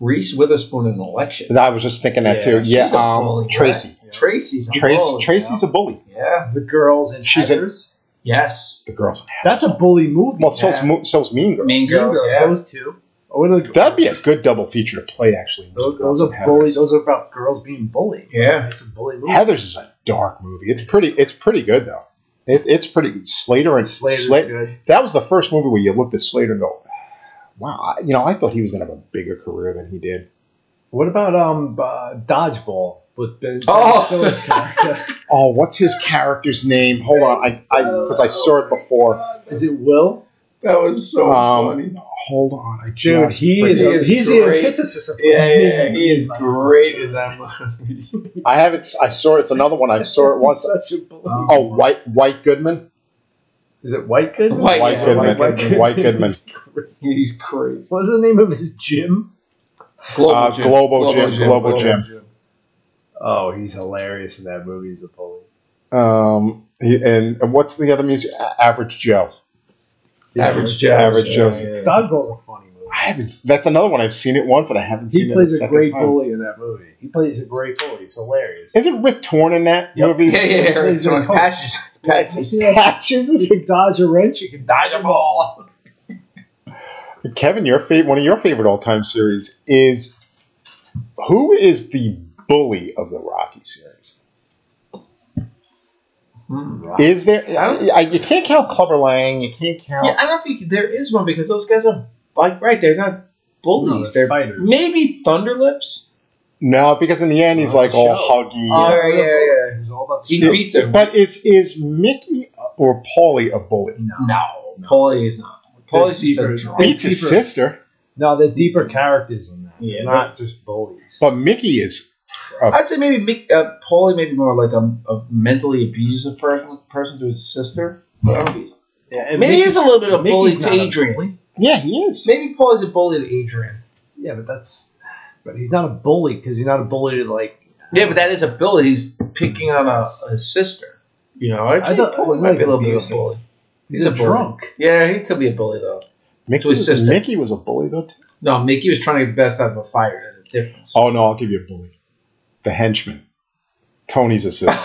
Reese Witherspoon in election?
I was just thinking that
Yeah,
too.
she's
Yeah,
a
um,
bully, right?
Tracy.
Tracy's a
Trace,
bully,
Tracy's
you
a bully.
know? yeah.
The girls and
She's a-
Heathers.
Yes.
The girls.
That's a bully movie.
Well, so's,
Yeah.
Mo- so's Mean Girls.
Mean Girls. Yeah.
Those two. Oh, what are the-
That'd be a good double feature to play, actually.
those,
Girls
those
and
are
Heathers.
bully. Those are about girls being bullied.
Yeah.
It's a bully movie.
Heather's is a dark movie. It's pretty. It's pretty good though. It, it's pretty. Slater and
Slater's
Slater.
good.
That was the first movie where you looked at Slater and go, "Wow, I, you know, I thought he was going to have a bigger career than he did."
What about um uh, dodgeball with Ben, ben
Oh.
Stiller's character?
Oh, what's his character's name? Hold on, I I because I saw it before.
Is it Will?
That was so
Um,
funny.
hold on, I
Dude,
just
he is,
He
a-
is
he's the
great.
antithesis of
Yeah, yeah, yeah. He is
Like,
great in that movie.
I have it. I saw it. It's another one I saw it once.
Such a bully.
Um,
Oh, White White Goodman.
is it White Goodman?
White
White
yeah,
Goodman.
White Goodman.
White Goodman.
He's great.
He's crazy.
What was the name of his gym?
Global
Uh,
Gym.
Global Gym, Global Gym.
Oh, he's hilarious in that movie. He's a bully.
Um, he- and, and what's the other music? A- Average Joe.
Average Joe.
Average Joe's-
Dodgeball's a funny movie.
I haven't. That's another one I've seen it once, and I haven't seen
He
it.
plays a
second
great
time.
bully in that movie. He plays a great bully. He's hilarious.
Isn't Rip Torn in that
Yep.
movie?
Yeah, yeah, yeah.
He's a
Someone
coach.
Patches. Patches.
Yeah.
Patches
You
is
can dodge a wrench, you can dodge a ball.
Kevin. Your favorite, one of your favorite all-time series is who is the bully of the Rocky series?
Hmm.
Is there? I, I, you can't count Clever Lang. You can't count.
Yeah, I don't think there is one because those guys are like right. They're not bullies.
No,
they're
they're fighters.
maybe Thunderlips.
No, because in the end he's
Well,
like
it's a
all
show.
huggy.
Oh, yeah, yeah,
It was all about the
He
show.
beats him.
But is is Mickey or Paulie a bully?
no, Paulie is not. Paulie's just a
Deeper-
drunk.
Beats his
Deeper-
sister,
No, the deeper characters in that.
Yeah.
not just bullies.
but Mickey is.
I'd say maybe Mick- uh, Paulie maybe more like a, a mentally abusive person, person to his sister. But I don't think he's-
Yeah, and
Maybe he's a little bit of a bully
Mickey's
to
not a
Adrian.
bully.
Yeah, he is.
Maybe Paulie's a bully to Adrian.
Yeah, but that's. But he's not a bully because he's not a bully to like.
Yeah, but that is a bully. He's picking on a, his sister. You know, I'd
I
say
thought it
Paulie
was
might
like
be a little bit
abusive.
of a bully.
He's,
He's
a,
a bully.
drunk.
Yeah, he could be a bully though.
Mickey
To his
was,
sister.
Mickey was a bully though. Too.
No, Mickey was trying to get the best out of a fire. There's a difference.
Oh no, I'll give you a bully. The henchman. Tony's assistant.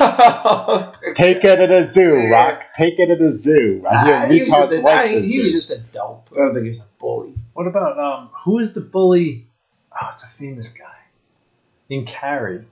Take it to the zoo, Rock. Take it to the zoo. I hear
Nah, he was just
retards
a-
like
nah, he-
the
he was
zoo.
just a dope. I don't think he was a bully.
What about um? Who is the bully? Oh, it's a famous guy. In Carrie,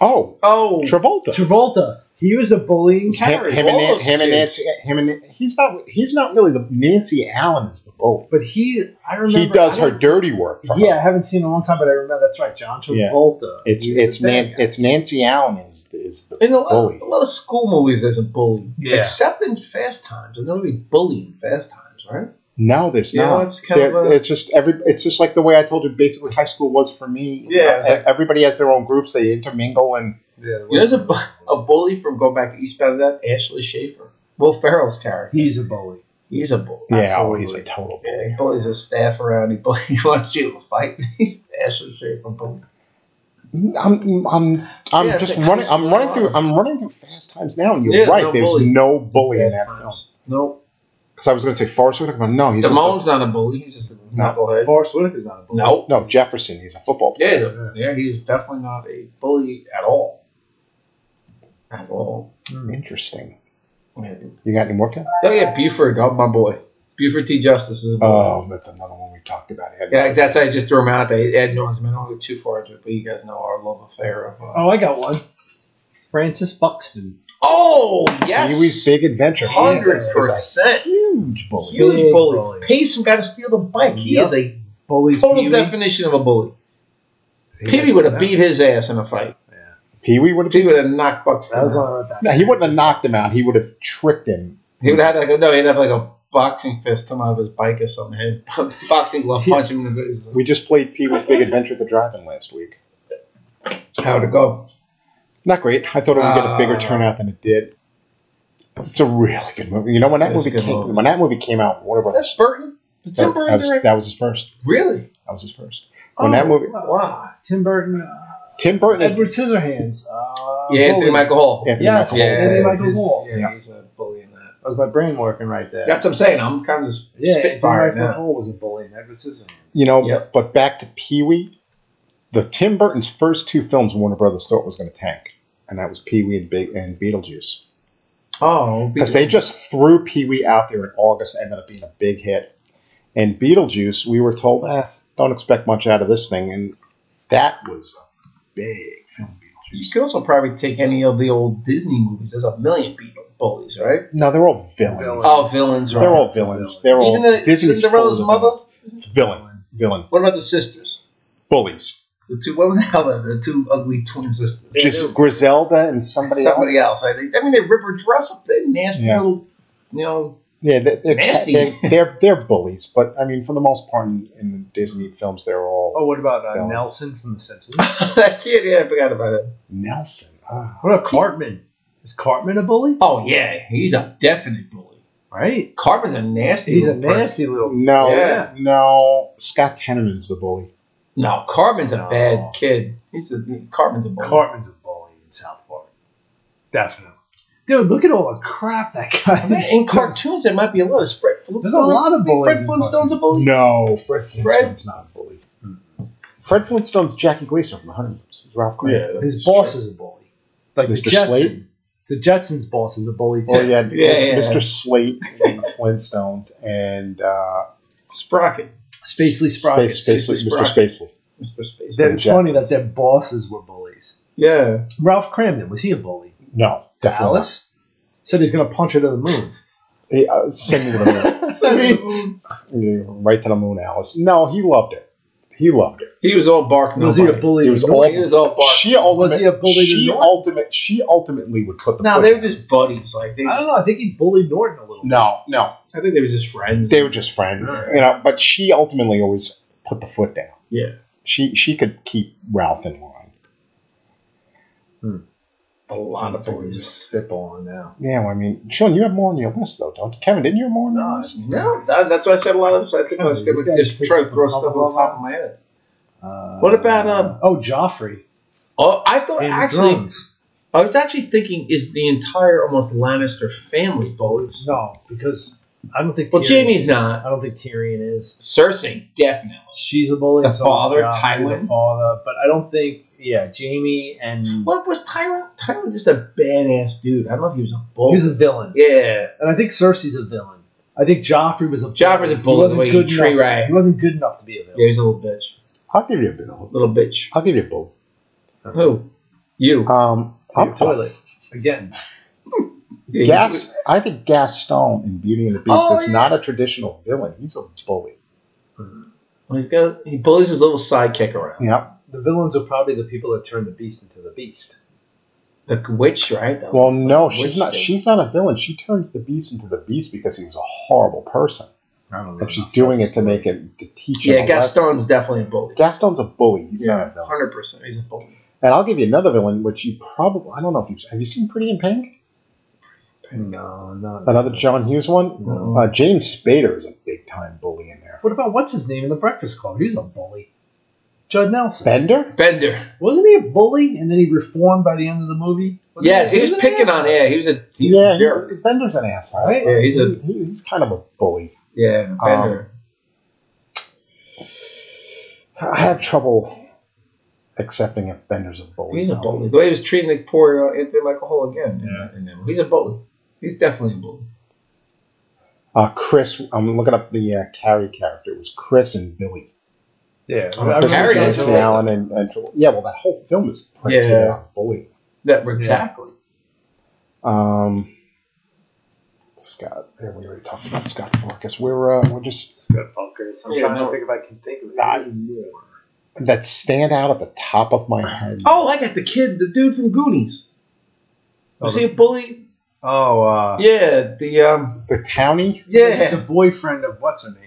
Oh,
Oh,
Travolta.
Travolta. He was a bullying.
Him, him,
Harry,
and,
all
Nan-
those
him and
kids.
Nancy. Him and he's not. He's not really the Nancy Allen is the bull.
But he, I remember.
He does
I don't-
her dirty work. For her.
Yeah, I haven't seen it in a long time, but I remember that's right, John
Yeah.
Travolta.
It's
He was
it's
a bad
Nan,
guy.
it's Nancy Allen is is the
in a lot,
bully.
a lot of school movies, there's a bully.
Yeah.
Except in Fast Times, there's nobody bullying Fast Times, right?
No, there's
You know,
not.
it's kind
There-
of a-
it's just every. It's just like the way I told you. Basically, high school was for me.
Yeah.
E- everybody has their own groups. They intermingle, and
You
Yeah,
know, there's a, bu- a bully from Go Back to Eastbound and Down, Ashley Schaefer. Will Ferrell's character.
he's a bully.
He's a bully.
yeah, oh, he's a
Absolutely.
total bully.
Yeah, he bullies his staff around. He, bullies, he wants you to fight. He's Ashley Schaefer bully.
I'm I'm I'm
Yeah,
just
they-
running. I'm
they
running
are.
through. I'm running through fast times now, and you're
Yeah, there's
right.
no
there's
bully.
no bully in
Fast
that film.
Times. No,
Because I was going to say Forrest Whitaker, but no, he's just a-
Damone's not a bully. He's just a knucklehead.
Forrest Whitaker's not a bully.
No.
no Jefferson. He's a football. player.
Yeah, the- yeah, he's definitely not a bully at all. At all.
Hmm. Interesting.
Yeah.
You got any more? Ken?
Oh yeah, Buford, oh my boy, Buford T. Justice is a bully.
Uh,
Oh, that's another one we talked about. Ed.
yeah, that's I just threw him out there. Ed Norris, man, I don't go too far into it, but you guys know our love affair of. Uh,
Oh, I got one. Francis Buxton.
oh yes,
Pee Wee's Big Adventure.
hundred
He's a- he's a
percent.
Huge bully.
Huge
Big
bully.
bully.
Pace him got to steal the bike. He
Yep.
is a
Bullies.
Oh,
total
Pee-wee.
definition of a bully.
He
Pee Wee
gets
would have
that.
beat his ass in a fight.
Yeah.
Pee Wee would have.
Pee Wee would have knocked Buxton.
That was
out.
all right.
No, he wouldn't have knocked him out. He would have tricked him.
He would have like a, no, he'd have like a boxing fist come out of his bike or something. He'd boxing glove punch him in the face.
We just played Pee Wee's Big Adventure at the drive-in last week.
How'd it go?
Not great. I thought it would get a bigger
Ah.
turnout than it did. It's a really good movie. You know when that
It is
movie
a good
came
movie.
when that movie came out, Warner
That's
Brothers.
Burton. Did Tim
That,
Burton
that was,
direct?
that was his first.
Really?
That was his first. When that movie,
Wow.
Oh, Tim Burton, uh,
Tim Burton, had-
Edward Scissorhands. Uh,
Yeah, Anthony
bully.
Michael Hall.
Anthony
Yes.
Michael Hall's
Yeah.
in it.
Michael
he's-
Hall.
Yeah,
Yeah.
he's a bully in that.
That was my brain working right there.
That's what I'm saying. I'm kind of just
Yeah,
spitfiring
Anthony Michael
now.
Hall was a bully in Edward Scissorhands.
You know,
Yep.
but back to Pee Wee. The Tim Burton's first two films, Warner Brothers thought was going to tank, and that was Pee Wee and Big and Beetlejuice.
Oh,
because they just threw Pee Wee out there in August, ended up being a big hit. And Beetlejuice, we were told, eh, don't expect much out of this thing, and that was a big film.
you could also probably take any of the old Disney movies. There's a million people bullies, right?
No, they're all villains. Uh,
Villains.
Oh, villains, right?
They're all villains. They're all
Even the
Disney's
Cinderella's
full of
mother.
villains. Villain, villain,
What about the sisters?
bullies.
The two, what were the hell? The two ugly twin sisters.
Just Griselda and somebody,
somebody
else.
else. I think. I mean, they rip her dress up. They nasty
Yeah.
little, you know.
Yeah, they're they're,
Nasty.
they're they're they're bullies, but I mean, for the most part, in, in the Disney films, they're all
Oh, what about uh,
Villains.
Nelson from The Simpsons?
that kid. Yeah, I forgot about it.
Nelson. Ah.
What about Cartman? Is Cartman a bully?
Oh yeah, he's a definite bully.
Right?
Cartman's a nasty.
He's a
little prick.
nasty little.
No,
Yeah.
no. Scott Tenorman's the bully.
No, Cartman's a
No.
bad kid. He's a Cartman's a bully.
Cartman's a bully in South Park. Definitely. Dude, look at all the crap that guy.
I mean,
is
in
doing.
cartoons, there might be a lot of Fred Flintstone.
There's a lot of bullies.
Fred
in
Flintstone's a
cartoons.
bully.
No, Fred Flintstone's not a bully. Fred Flintstone's Jackie Gleason from The Hundred Years. It's Ralph Green.
Yeah,
His boss is a bully. Like
Mr.
the Jetson.
Slate?
The Jetsons' boss is a bully too.
Oh yeah,
Yeah, yeah.
Mr. Slate from the Flintstones and uh,
Sprocket.
Spacely Sprocket.
Space, Spacely,
Mr.
Mr. Spacely.
Mr. Space.
That- It's
The
funny
Jetsons.
that their bosses were bullies.
Yeah.
Ralph Cramden was he a bully?
No, definitely.
Alice said he's going to punch her to the moon.
not. He, uh, sing to the moon.
I mean,
You know, right to the moon, Alice. No, he loved it. He loved it.
he was all bark.
was he a bully?
He was
to
all-
Norton?
He was all bark.
She ultimate,
Was he a bully to
She
Norm?
ultimate. She ultimately would put the.
No,
foot
they were
down.
just buddies. Like they,
I don't
just,
know. I think he bullied Norton a little.
No, no,
I think they were just friends.
they were just friends. You know, but she ultimately always put the foot down.
yeah.
She she could keep Ralph in line.
A lot of bullies.
spitballing now.
Yeah, well, I mean, Sean, you have more on your list, though, don't you? Kevin, didn't you have more on your
No,
list?
No, that, that's why I said a lot of. I think I was
You
going to
guys
just
picked
try to
up
throw
a
stuff
couple
on
of
top of my head.
Uh,
What about, um,
Oh, Joffrey.
Oh, I thought
Game of
actually,
Thrones.
I was actually thinking, is the entire almost Lannister family bullies?
No, because I don't think.
Well,
Tyrion
Jamie's
is.
not.
I don't think Tyrion is.
Cersei, definitely.
She's a bully.
The
so is
father,
Joffrey,
Tywin.
The father, but I don't think yeah, Jamie and
What was Tyron? Tyron was just a badass dude. I don't know if he was a bull.
he's a villain,
yeah.
and I think Cersei's a villain. I think Joffrey was a
Joffrey's a
He
bully,
wasn't
the way he
good
tree
enough-
ran.
He wasn't good enough to be a
Yeah,
villain.
he's a little bitch.
I'll give you a bill.
Little bitch.
I'll give you a bill.
Who? You.
Um,
To your
I'm-
toilet again.
Yeah,
Gas. I think Gaston in Beauty and the Beast
Oh,
is
yeah.
not a traditional villain. He's a bully.
He, he's got, he bullies his little sidekick around.
Yeah.
The villains are probably the people that turned the beast into the beast.
The witch, right? The-
Well, no,
Which
she's not.
thing?
She's not a villain. She turns the beast into the beast because he was a horrible person,
I don't know
and she's
enough
doing
about
it to
this
make it to teach him.
yeah,
a lesson.
Gaston's definitely a bully.
Gaston's a bully. He's not a villain.
Hundred percent, he's a bully.
And I'll give you another villain, which you probably I don't know if you've have you seen Pretty in Pink?
story. No, no.
Another John Hughes one.
No.
Uh, James Spader is a big time bully in there.
What about what's his name in the Breakfast Club? He's a bully. Judd Nelson
Bender.
Bender.
wasn't he a bully, and then he reformed by the end of the movie. Wasn't
yes, he was
an
picking
asshole?
on. Yeah, he was a, he was
Yeah,
a jerk.
he- Bender's an asshole.
Right?
Yeah, he's a-
He- he's kind of a bully.
Yeah, Bender.
I have trouble accepting if Bender's a bully.
he's a bully. The way he was treating the poor uh, Anthony Michael Hall again.
Yeah.
in that movie. he's a bully. He's definitely a bully.
Uh, Chris, I'm looking up the uh, Carrie character. It was Chris and Billy.
Yeah,
Oh,
I
Chris
Carrie
remember
is
Nancy
a-
that.
Allen and, and Travolta. yeah, well, that whole film is predicated
Yeah.
on bullying.
That exactly.
Um, Scott, yeah, we already talked about Scott Farkas. We're uh, we're just
Good fuckers. I'm
Yeah,
trying
no.
to think if I can think of it.
I-
anymore.
that stand out at the top of my head.
Oh, I got the kid, the dude from Goonies. Was he a bully?
Oh, uh,
Yeah, the um,
The townie,
the
yeah,
boyfriend of what's her name?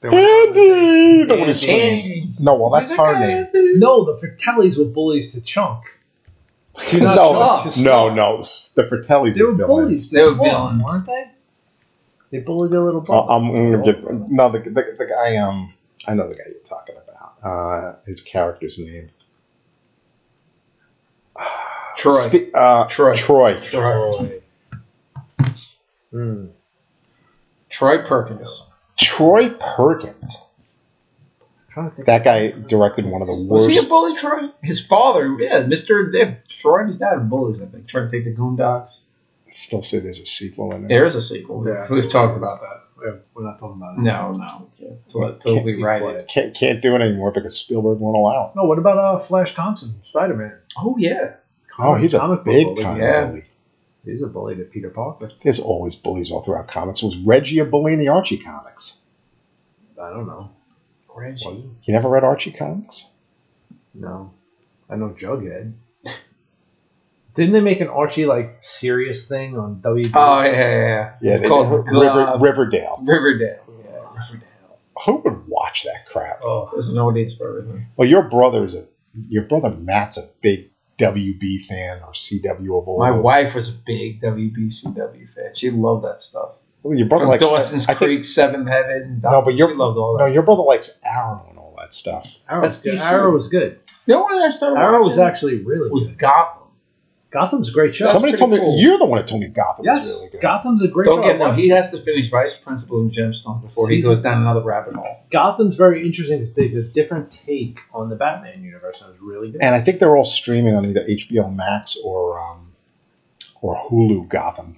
The one-
Andy, the one who
Andy.
swings. No, well, that's
He's like,
her
"Ah,
name.
dude."
No, the Fratellis were bullies to Chunk. To
No,
not
Stop.
Chunk, to
No,
Stump.
no, s- the Fratellis
They
are
were bullies.
villains.
They were
to Stump,
villains.
weren't they? They bullied their little
Uh,
brother.
I'm gonna get no the, the, the guy. Um, I know the guy you're talking about. Uh, his character's name.
Troy.
Sti- uh,
Troy.
Troy.
Troy.
Hmm.
Troy Perkins.
Troy Perkins.
Trying to think.
That guy directed one of the
Was he a
worst.
bully, Troy? His father, yeah, Mister yeah, Troy and his dad are bullies. I think trying to take the Goondocks.
Still say there's a sequel in there.
There is a sequel.
Yeah,
We've talked about that.
that. We're not talking about it.
No, no, we can't. Till, till we write it.
Can't, can't do it anymore because Spielberg won't allow it.
No, what about uh, Flash Thompson, Spider Man?
Oh yeah,
Oh, he's a
Comic book
big
bully,
time
yeah.
bully.
He's a bully to Peter Parker.
There's always bullies all throughout comics. Was Reggie a bully in the Archie comics?
I don't know.
Reggie.
You never read Archie comics?
No, I know Jughead. Didn't they make an Archie like serious thing on WB?
Oh yeah, yeah, yeah.
Yeah,
it's
they-
called
River,
uh,
Riverdale.
Riverdale. Yeah, Riverdale.
Who would watch that crap?
oh,
There's an audience for everything.
Well, your brother's a your brother Matt's a big WB fan or CW of all.
My
those.
wife was a big WBCW fan. She loved that stuff.
Well, your brother
From
likes
Dawson's
uh, I think-
Creek, Seventh Heaven.
No, but
she
your-
loved all that.
no, your brother likes Arrow and all that stuff.
That's
Arrow's good.
DC.
Arrow was good.
You know what I started
Arrow was
watching?
actually really
was
good.
Gotham.
Gotham's a great show.
That's
Somebody
pretty
told me
cool.
you're the one that told me Gotham
yes,
was really good.
Gotham's a great
Don't
show.
get no. He has to finish Vice Principal and Gemstone before he
Season-
goes down another rabbit hole.
Gotham's very interesting because they did a different take on the Batman universe. and It was really good.
and I think they're all streaming on either HBO Max or um, or Hulu Gotham.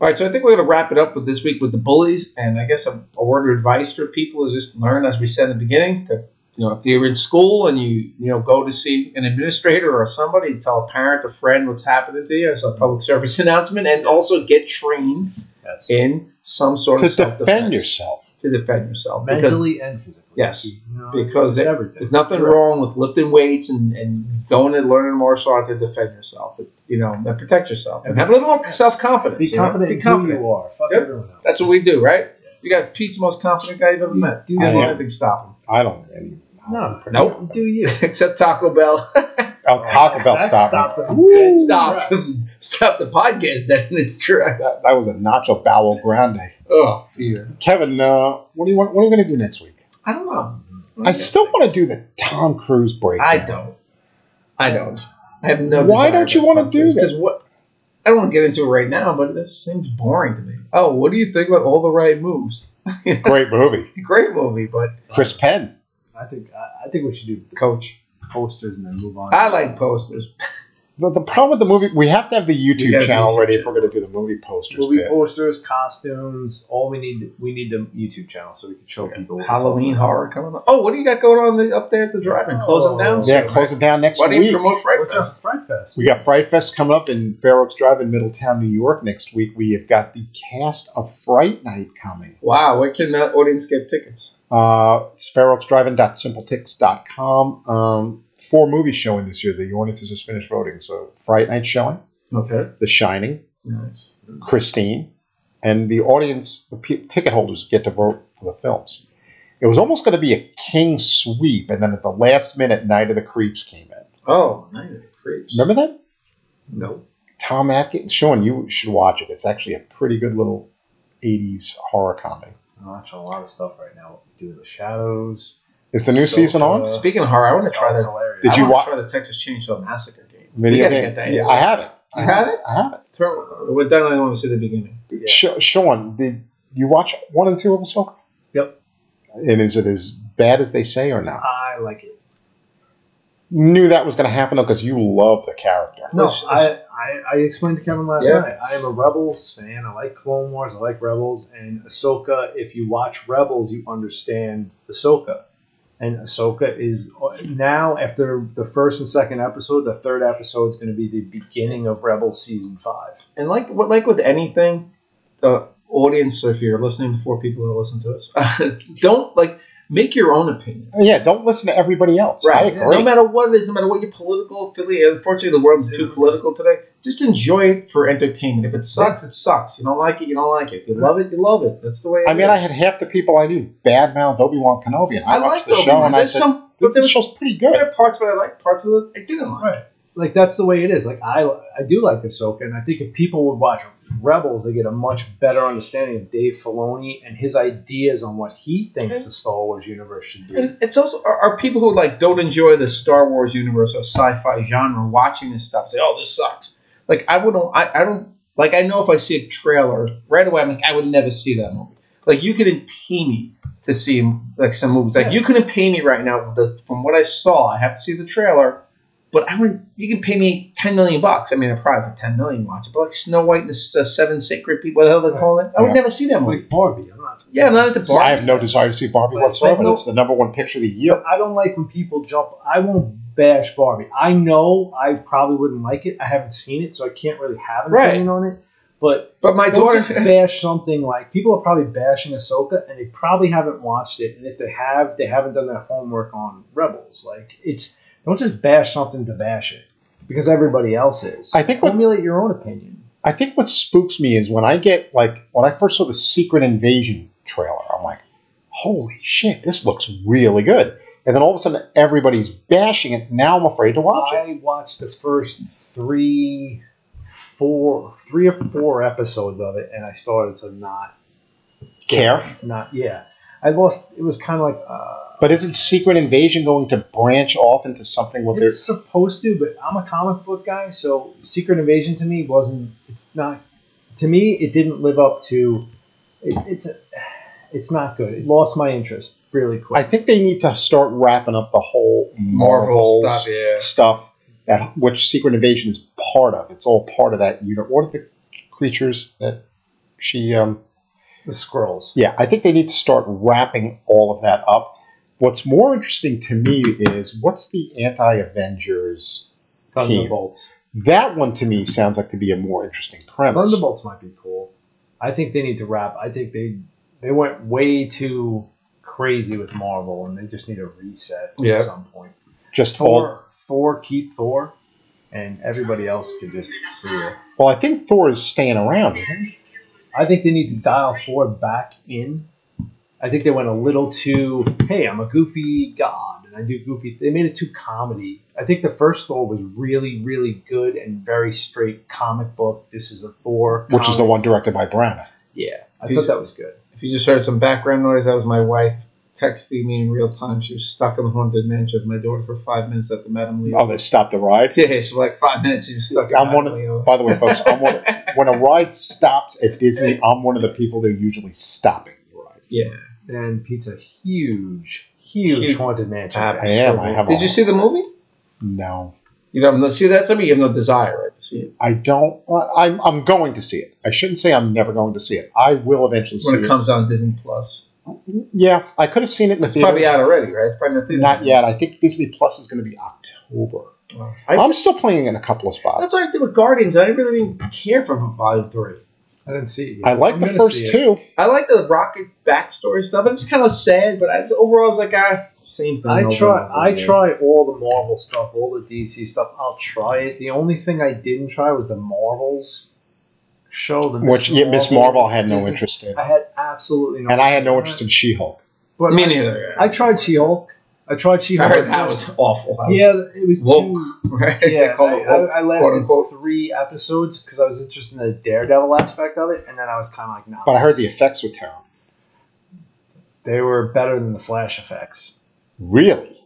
All right, so I think we're going to wrap it up with this week with the bullies, and I guess a, a word of advice for people is just learn, as we said in the beginning, to you know if you're in school and you you know go to see an administrator or somebody, tell a parent, a friend what's happening to you. It's a public service announcement, and also get trained
yes.
in some
To
sort of
defend
self-defense.
yourself.
to defend yourself because
mentally and physically.
Yes,
You know,
because
it's
there-
everything.
There's nothing
Correct.
wrong with lifting weights and, and going and learning martial art to defend yourself. But, you know, and protect yourself and have a little more self confidence.
Be confident,
Be
in
confident.
who you are. Fuck
Yep.
everyone else.
That's what we do, right? You got Pete's the most confident guy you've ever met.
Do
He doesn't
you-
let anything stop him
I don't know any.
No.
Nope.
Do you?
except Taco Bell.
Oh, Taco Bell
That's
stopped. me.
stopping.
stop, stop the podcast. Then it's true.
That, that was a nacho bowel grande.
Oh, Peter.
Kevin, uh, what do you want? What are you going to do next week?
I don't know.
I still want to do the Tom Cruise break.
I don't. I don't. I have no.
Why don't you wanna do that?
Because what? I don't want to get into it right now, but this seems boring to me. Oh, what do you think about all the right moves?
Great movie,
Great movie, but
Chris Penn.
I think I, I think we should do
coach.
posters and then move on.
I like posters.
The, the problem with the movie, we have to have the
We gotta
YouTube
do
channel ready
YouTube
if we're going to do the movie posters
movie
bit.
posters, costumes. All we need we need the YouTube channel so we can show people what we're
Halloween
talking
horror coming up. Oh, what do you got going on the, up there at the drive-in? Close them down.
yeah,
soon,
close
right?
it down next
Why do you
week.
promote
about.
Fright
What's
Fest?
up, Fright Fest?
We got Fright Fest coming up in Fair Oaks Drive in Middletown, New York next week. We have got the cast of Fright Night coming.
Wow, where can the audience get tickets?
Uh, it's fairoaksdriving.simpletix.com. Um, four movies showing this year. The audience has just finished voting. So Fright Night showing,
Okay,
The Shining,
nice.
Christine, and the audience, the p- ticket holders get to vote for the films. It was almost going to be a king sweep, and then at the last minute, Night of the Creeps came in.
Oh, nice. Creeps.
Remember that?
No.
Tom Atkins, Sean, you should watch it. It's actually a pretty good little 80s horror comedy.
I'm watching a lot of stuff right now. Doing the shadows.
Is the new
So,
season on?
uh,
Speaking of horror, I want to try
That's
that.
hilarious.
Did
I
you
wanna
wa-
try the Texas Chainsaw Massacre game?
Video
gotta
game?
get that.
Yeah, I have it. I
You have it?
I have it.
Throw- We're done. I want to see the beginning.
Yeah.
Sh- Sean, did you watch one and two of Ahsoka?
Yep.
And is it as bad as they say or not?
I like it.
Knew that was going to happen though, because you love the character.
No,
Let's-
I, I, I explained to Kevin last
Yeah.
night. I am a Rebels fan. I like Clone Wars. I like Rebels and Ahsoka. If you watch Rebels, you understand Ahsoka. And Ahsoka is uh, now after the first and second episode. The third episode is going to be the beginning of Rebels season five.
And like what, like with anything, the audience, if you're listening to four people that listen to us, don't like make your own opinion.
Oh, Yeah, don't listen to everybody else. I
Right.
agree.
No matter what it is, no matter what your political affiliate. Unfortunately, the world is too political today. Just enjoy it for entertainment. If it sucks, it sucks. You don't like it, you don't like it. If you love it, you love it. That's the way.
I
it
mean,
is.
I had half the people I knew badmouth Obi Wan Kenobi, and I,
I
watched
like
the show and I
There's
said,
some
"This
there's
show's pretty good."
there are parts that I like, parts of it I didn't like.
Right. Like that's the way it is. Like I I do like Ahsoka, and I think if people would watch Rebels, they get a much better understanding of Dave Filoni and his ideas on what he thinks the Star Wars universe should be.
And It's also are, are people who like don't enjoy the Star Wars universe or sci-fi genre watching this stuff say, "Oh, this sucks." Like I wouldn't, I, I don't like. I know if I see a trailer right away, I'm like, I would never see that movie. Like you couldn't pay me to see like some movies. Like
Yeah.
you couldn't pay me right now. The, from what I saw, I have to see the trailer. But I would. You can pay me ten million bucks. I mean, I probably for ten million watch it. But like Snow White and the S- uh, Seven Sacred People, what the hell they call it? I would
Yeah.
never see that movie.
like Barbie. I'm not.
Yeah, I'm not at the bar.
I have no desire to see Barbie
But-
whatsoever.
but
and
no-
it's the number one picture of the year.
But I don't like when people jump. I won't bash Barbie. I know I probably wouldn't like it. I haven't seen it, so I can't really have an
Right.
opinion on it. But
But my
don't
daughter.
just bash something like people are probably bashing Ahsoka, and they probably haven't watched it. And if they have, they haven't done their homework on Rebels. Like it's don't just bash something to bash it because everybody else is.
I think what-
formulate your own opinion.
I think what spooks me is when I get like when I first saw the Secret Invasion trailer, I'm like, "Holy shit, this looks really good!" And then all of a sudden, everybody's bashing it. Now I'm afraid to watch it.
I watched the first three, four, three or four episodes of it, and I started to not
Care,
not yeah. I lost. It was kind of like uh,
but isn't Secret Invasion going to branch off into something? What
it's supposed to, but I'm a comic book guy, so Secret Invasion to me wasn't. It's not to me. It didn't live up to. It, it's a, it's not good. It lost my interest really
I
quick.
think they need to start wrapping up the whole Marvel
Marvel
stuff,
stuff, yeah.
that which Secret Invasion is part of. It's all part of that unit. What are the creatures that she? Um,
the scrolls.
yeah, I think they need to start wrapping all of that up. What's more interesting to me is what's the anti Avengers?
Thunderbolts.
That one to me sounds like to be a more interesting premise.
Thunderbolts might be cool. I think they need to wrap. I think they they went way too crazy with Marvel, and they just need a reset
Yeah.
at some point.
Just all,
Thor, Thor, keep Thor, and everybody else could just see it.
well, I think Thor is staying around, isn't he?
I think they need to dial Thor back in. I think they went a little too, hey, I'm a goofy god and I do goofy. They made it too comedy. I think the first Thor was really, really good and very straight comic book. This is a Thor,
Which is the
comic.
one directed by Branagh.
Yeah, I
He's-
thought that was good.
If you just heard some background noise, that was my wife texting me in real time. She was stuck in the haunted mansion with my daughter for five minutes at the Madame Leo.
Oh, they stopped the ride.
yeah, so like five minutes she was stuck. in
I'm
Madame
one of,
Leo.
by the way, folks, I'm one when a ride stops at Disney, I'm one of the people they're usually stopping the ride.
And Pete's a huge, huge,
Huge.
haunted mansion.
Ah,
fan.
I am. I have.
Did you see the movie?
No,
You know, see that's something you have no desire right to see it
I don't. I- I'm I'm going to see it. I shouldn't say I'm never going to see it. I will eventually see
when
it.
it comes on Disney Plus.
yeah, I could have seen it in the
It's probably
theaters.
out already, right? It's probably not, theaters.
Not yet. I think Disney Plus is going to be October.
Wow. I,
I, am still playing in a couple of spots.
that's what I did with Guardians. I didn't really even care for Volume Three.
I didn't see it. yet.
I like
I'm
the
gonna see
first
it.
two.
I like the Rocket backstory stuff. It's kind of sad, but I, overall, I was like, ah, same thing.
I
over
try.
and over
I
again.
try all the Marvel stuff, all the DC stuff. I'll try it. The only thing I didn't try was the Marvels show. The Miss
Which yeah, Miss Marvel had no interest in,
I had absolutely no.
and I had no interest in She Hulk.
But
Me neither.
I tried She Hulk. I tried She
I
Hulk.
heard that was awful. That was-
Yeah, it was too.
Woke. right? They
Yeah,
call
I,
it woke.
I, I lasted
unquote.
three episodes because I was interested in the Daredevil aspect of it, and then I was kind of like, nah.
But I heard the
this-
effects were terrible.
they were better than the Flash effects.
Really?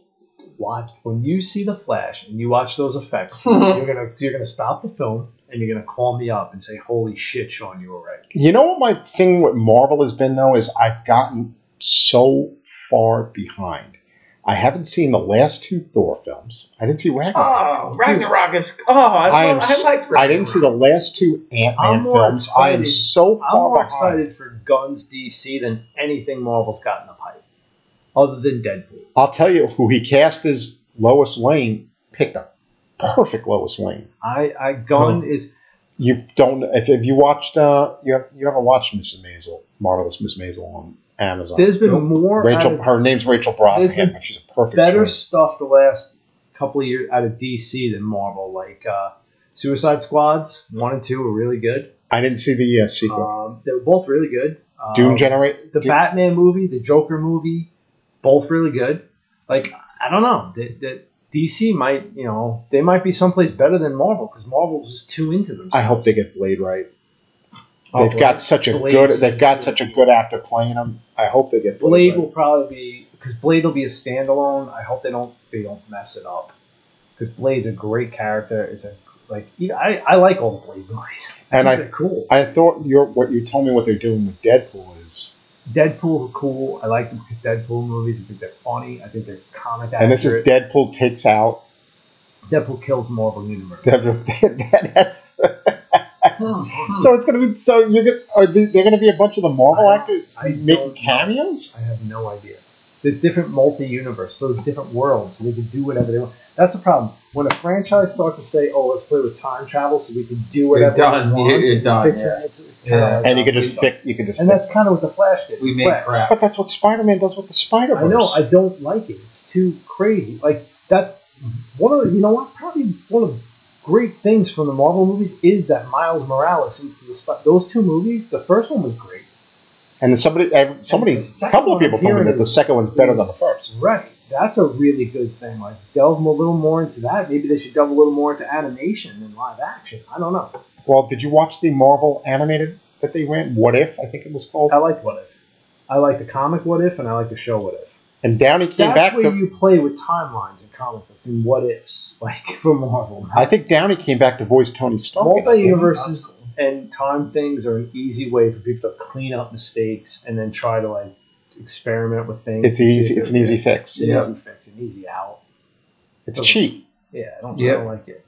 watch when you see the Flash and you watch those effects, you're gonna you're gonna stop the film and you're gonna call me up and say, "Holy shit, Sean, you were right."
You know what my thing with Marvel has been though is I've gotten so far behind. I haven't seen the last two Thor films. I didn't see Ragnarok.
Oh, Ragnarok is. Oh, I,
I am
love, I
s-
liked Ragnarok.
I didn't see the last two Ant
Ah, I'm
Man
more
films. I am
excited-
so
I'm more
far behind.
excited for Guns DC than anything Marvel's got in the pipe, other than Deadpool.
I'll tell you who he cast as Lois Lane picked a perfect Lois Lane.
I, I Gun is
You don't if, if you watched uh you have, you haven't watched Miss Maisel, Marvelous Miss Maisel on Amazon.
there's been more
Rachel
out of-
her name's Rachel
There's been
Brosnahan, but she's a perfect
better
choice.
stuff the last couple of years out of DC than Marvel, like. Uh, Suicide Squads one and two were really good.
I didn't see the uh, sequel.
Um, they were both really good. Um,
Doom Generate
the
Doom-
Batman movie, the Joker movie, both really good. Like I don't know, the, the DC might you know they might be someplace better than Marvel because Marvel's just too into them.
I hope they get Blade right.
Oh,
They've
Blade.
got such a
Blade's-
good they've got such a good actor playing them. I hope they get Blade.
Blade
right.
will probably be because Blade will be a standalone. I hope they don't they don't mess it up because Blade's a great character. It's a like you know, I I like all the Blade movies.
And
think
I-
they're cool.
I thought your what you told me what they're doing with Deadpool is
Deadpool's cool. I like the Deadpool movies. I think they're funny. I think they're comic accurate.
and this is Deadpool takes out
Deadpool kills Marvel Universe.
Deadpool, that's
Hmm.
so it's gonna be so you're gonna are they, they're gonna be a bunch of the Marvel
I-
actors
I
making
don't-
cameos.
I have no idea. There's different multi-universe, so there's different worlds, so they can do whatever they want. That's the problem. When a franchise starts to say, "Oh, let's play with time travel, so we can do whatever
You're
we
done.
want,"
You're- you're
and
done,
fix it,
yeah.
it's- it's kinda
Yeah.
like,
And you
uh,
can just
we-
fix you can just
And
fix.
that's kind of what the Flash did.
We
with
made
Flash.
crap.
But that's what Spider Man does with the Spider
I know.
Verse.
I don't like it. It's too crazy. Like that's one of the, you know what probably one of the great things from the Marvel movies is that Miles Morales and the, Sp- those two movies. The first one was great.
And then somebody, uh, somebody,
the
a
second
couple of
one
people told me
here
that the
is-
second one's better than
is-
the first.
Right. That's a really good thing. Like delve a little more into that. Maybe they should delve a little more into animation and live action. I don't know.
Well, did you watch the Marvel animated that they ran? What if I think it was called?
I like what if. I like the comic what if and I like the show what if.
And Downey came
That's
back
where
to.
you play with timelines and comic books and what ifs, like for Marvel.
I think Downey came back to voice Tony Stark. in it.
multi-universes and time things are an easy way for people to clean up mistakes and then try to like experiment with things.
It's
and see
easy.
if
It's an
they're-
easy fix.
It's an
Yeah.
easy fix, an easy out.
It's cheap.
Yeah, I don't,
Yeah.
I don't like it.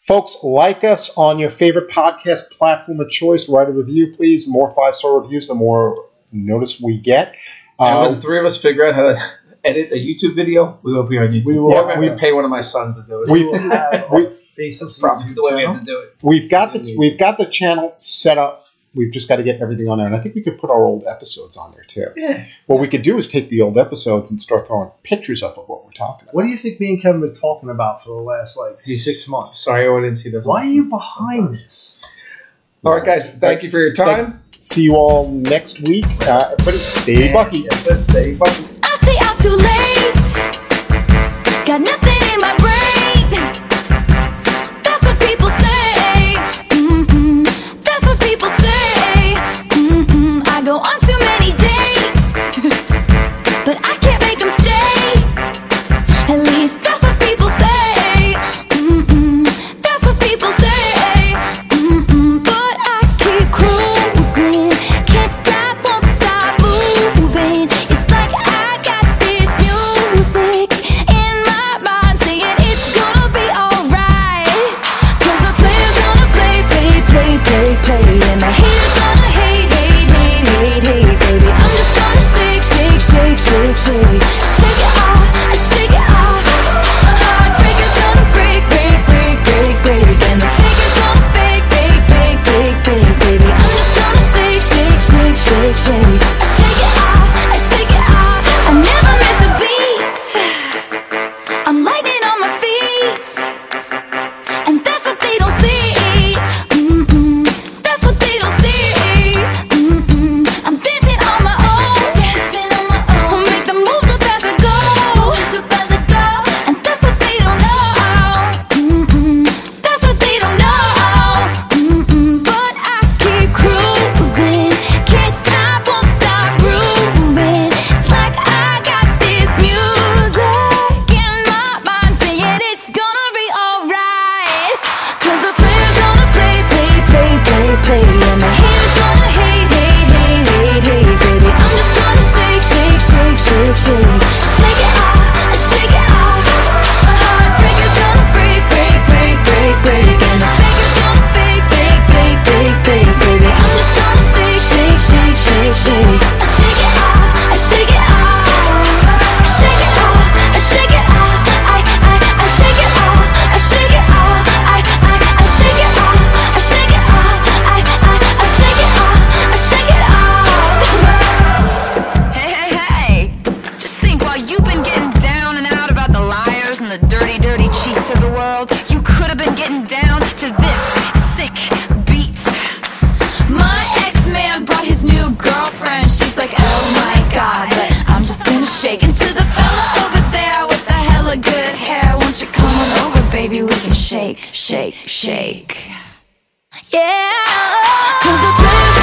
Folks, like us on your favorite podcast platform of choice. Write a review, please. More five star reviews, the more notice we get.
and when
Uh,
the three of us figure out how to edit a YouTube video, we will be on YouTube.
We
We
will.
will.
Yeah,
we
we-
pay one of my sons to do it.
We-
will have
we-
our faceless
That's probably
YouTube
the way we
channel.
have to do it.
we've got the we've got the channel set up. We've just got to get everything on there, and I think we could put our old episodes on there too.
Yeah.
What we could do is take the old episodes and start throwing pictures up of what we're talking about.
What do you think me and Kevin have been talking about for the last like six months?
Sorry, I didn't see this.
Why are
one.
you behind this?
All right, guys. Thank you for your time.
See you all next week. Uh, but stay bucky.
Yeah, let's stay Bucky.
I say I'm too late. Got nothing in my brain. That's what people say. Mm-mm. That's what people say. Mm-mm. I go on too many dates, but I can't make them stay. At least that's what people say. Mm-mm. That's what people say. Mm-mm. But I keep cruising. Can't stop, won't stop moving. It's like I got this music "Oh faking to the fella over there with the hella good hair. Won't you come on over, baby? We can shake, shake, shake. Yeah. Cause the blues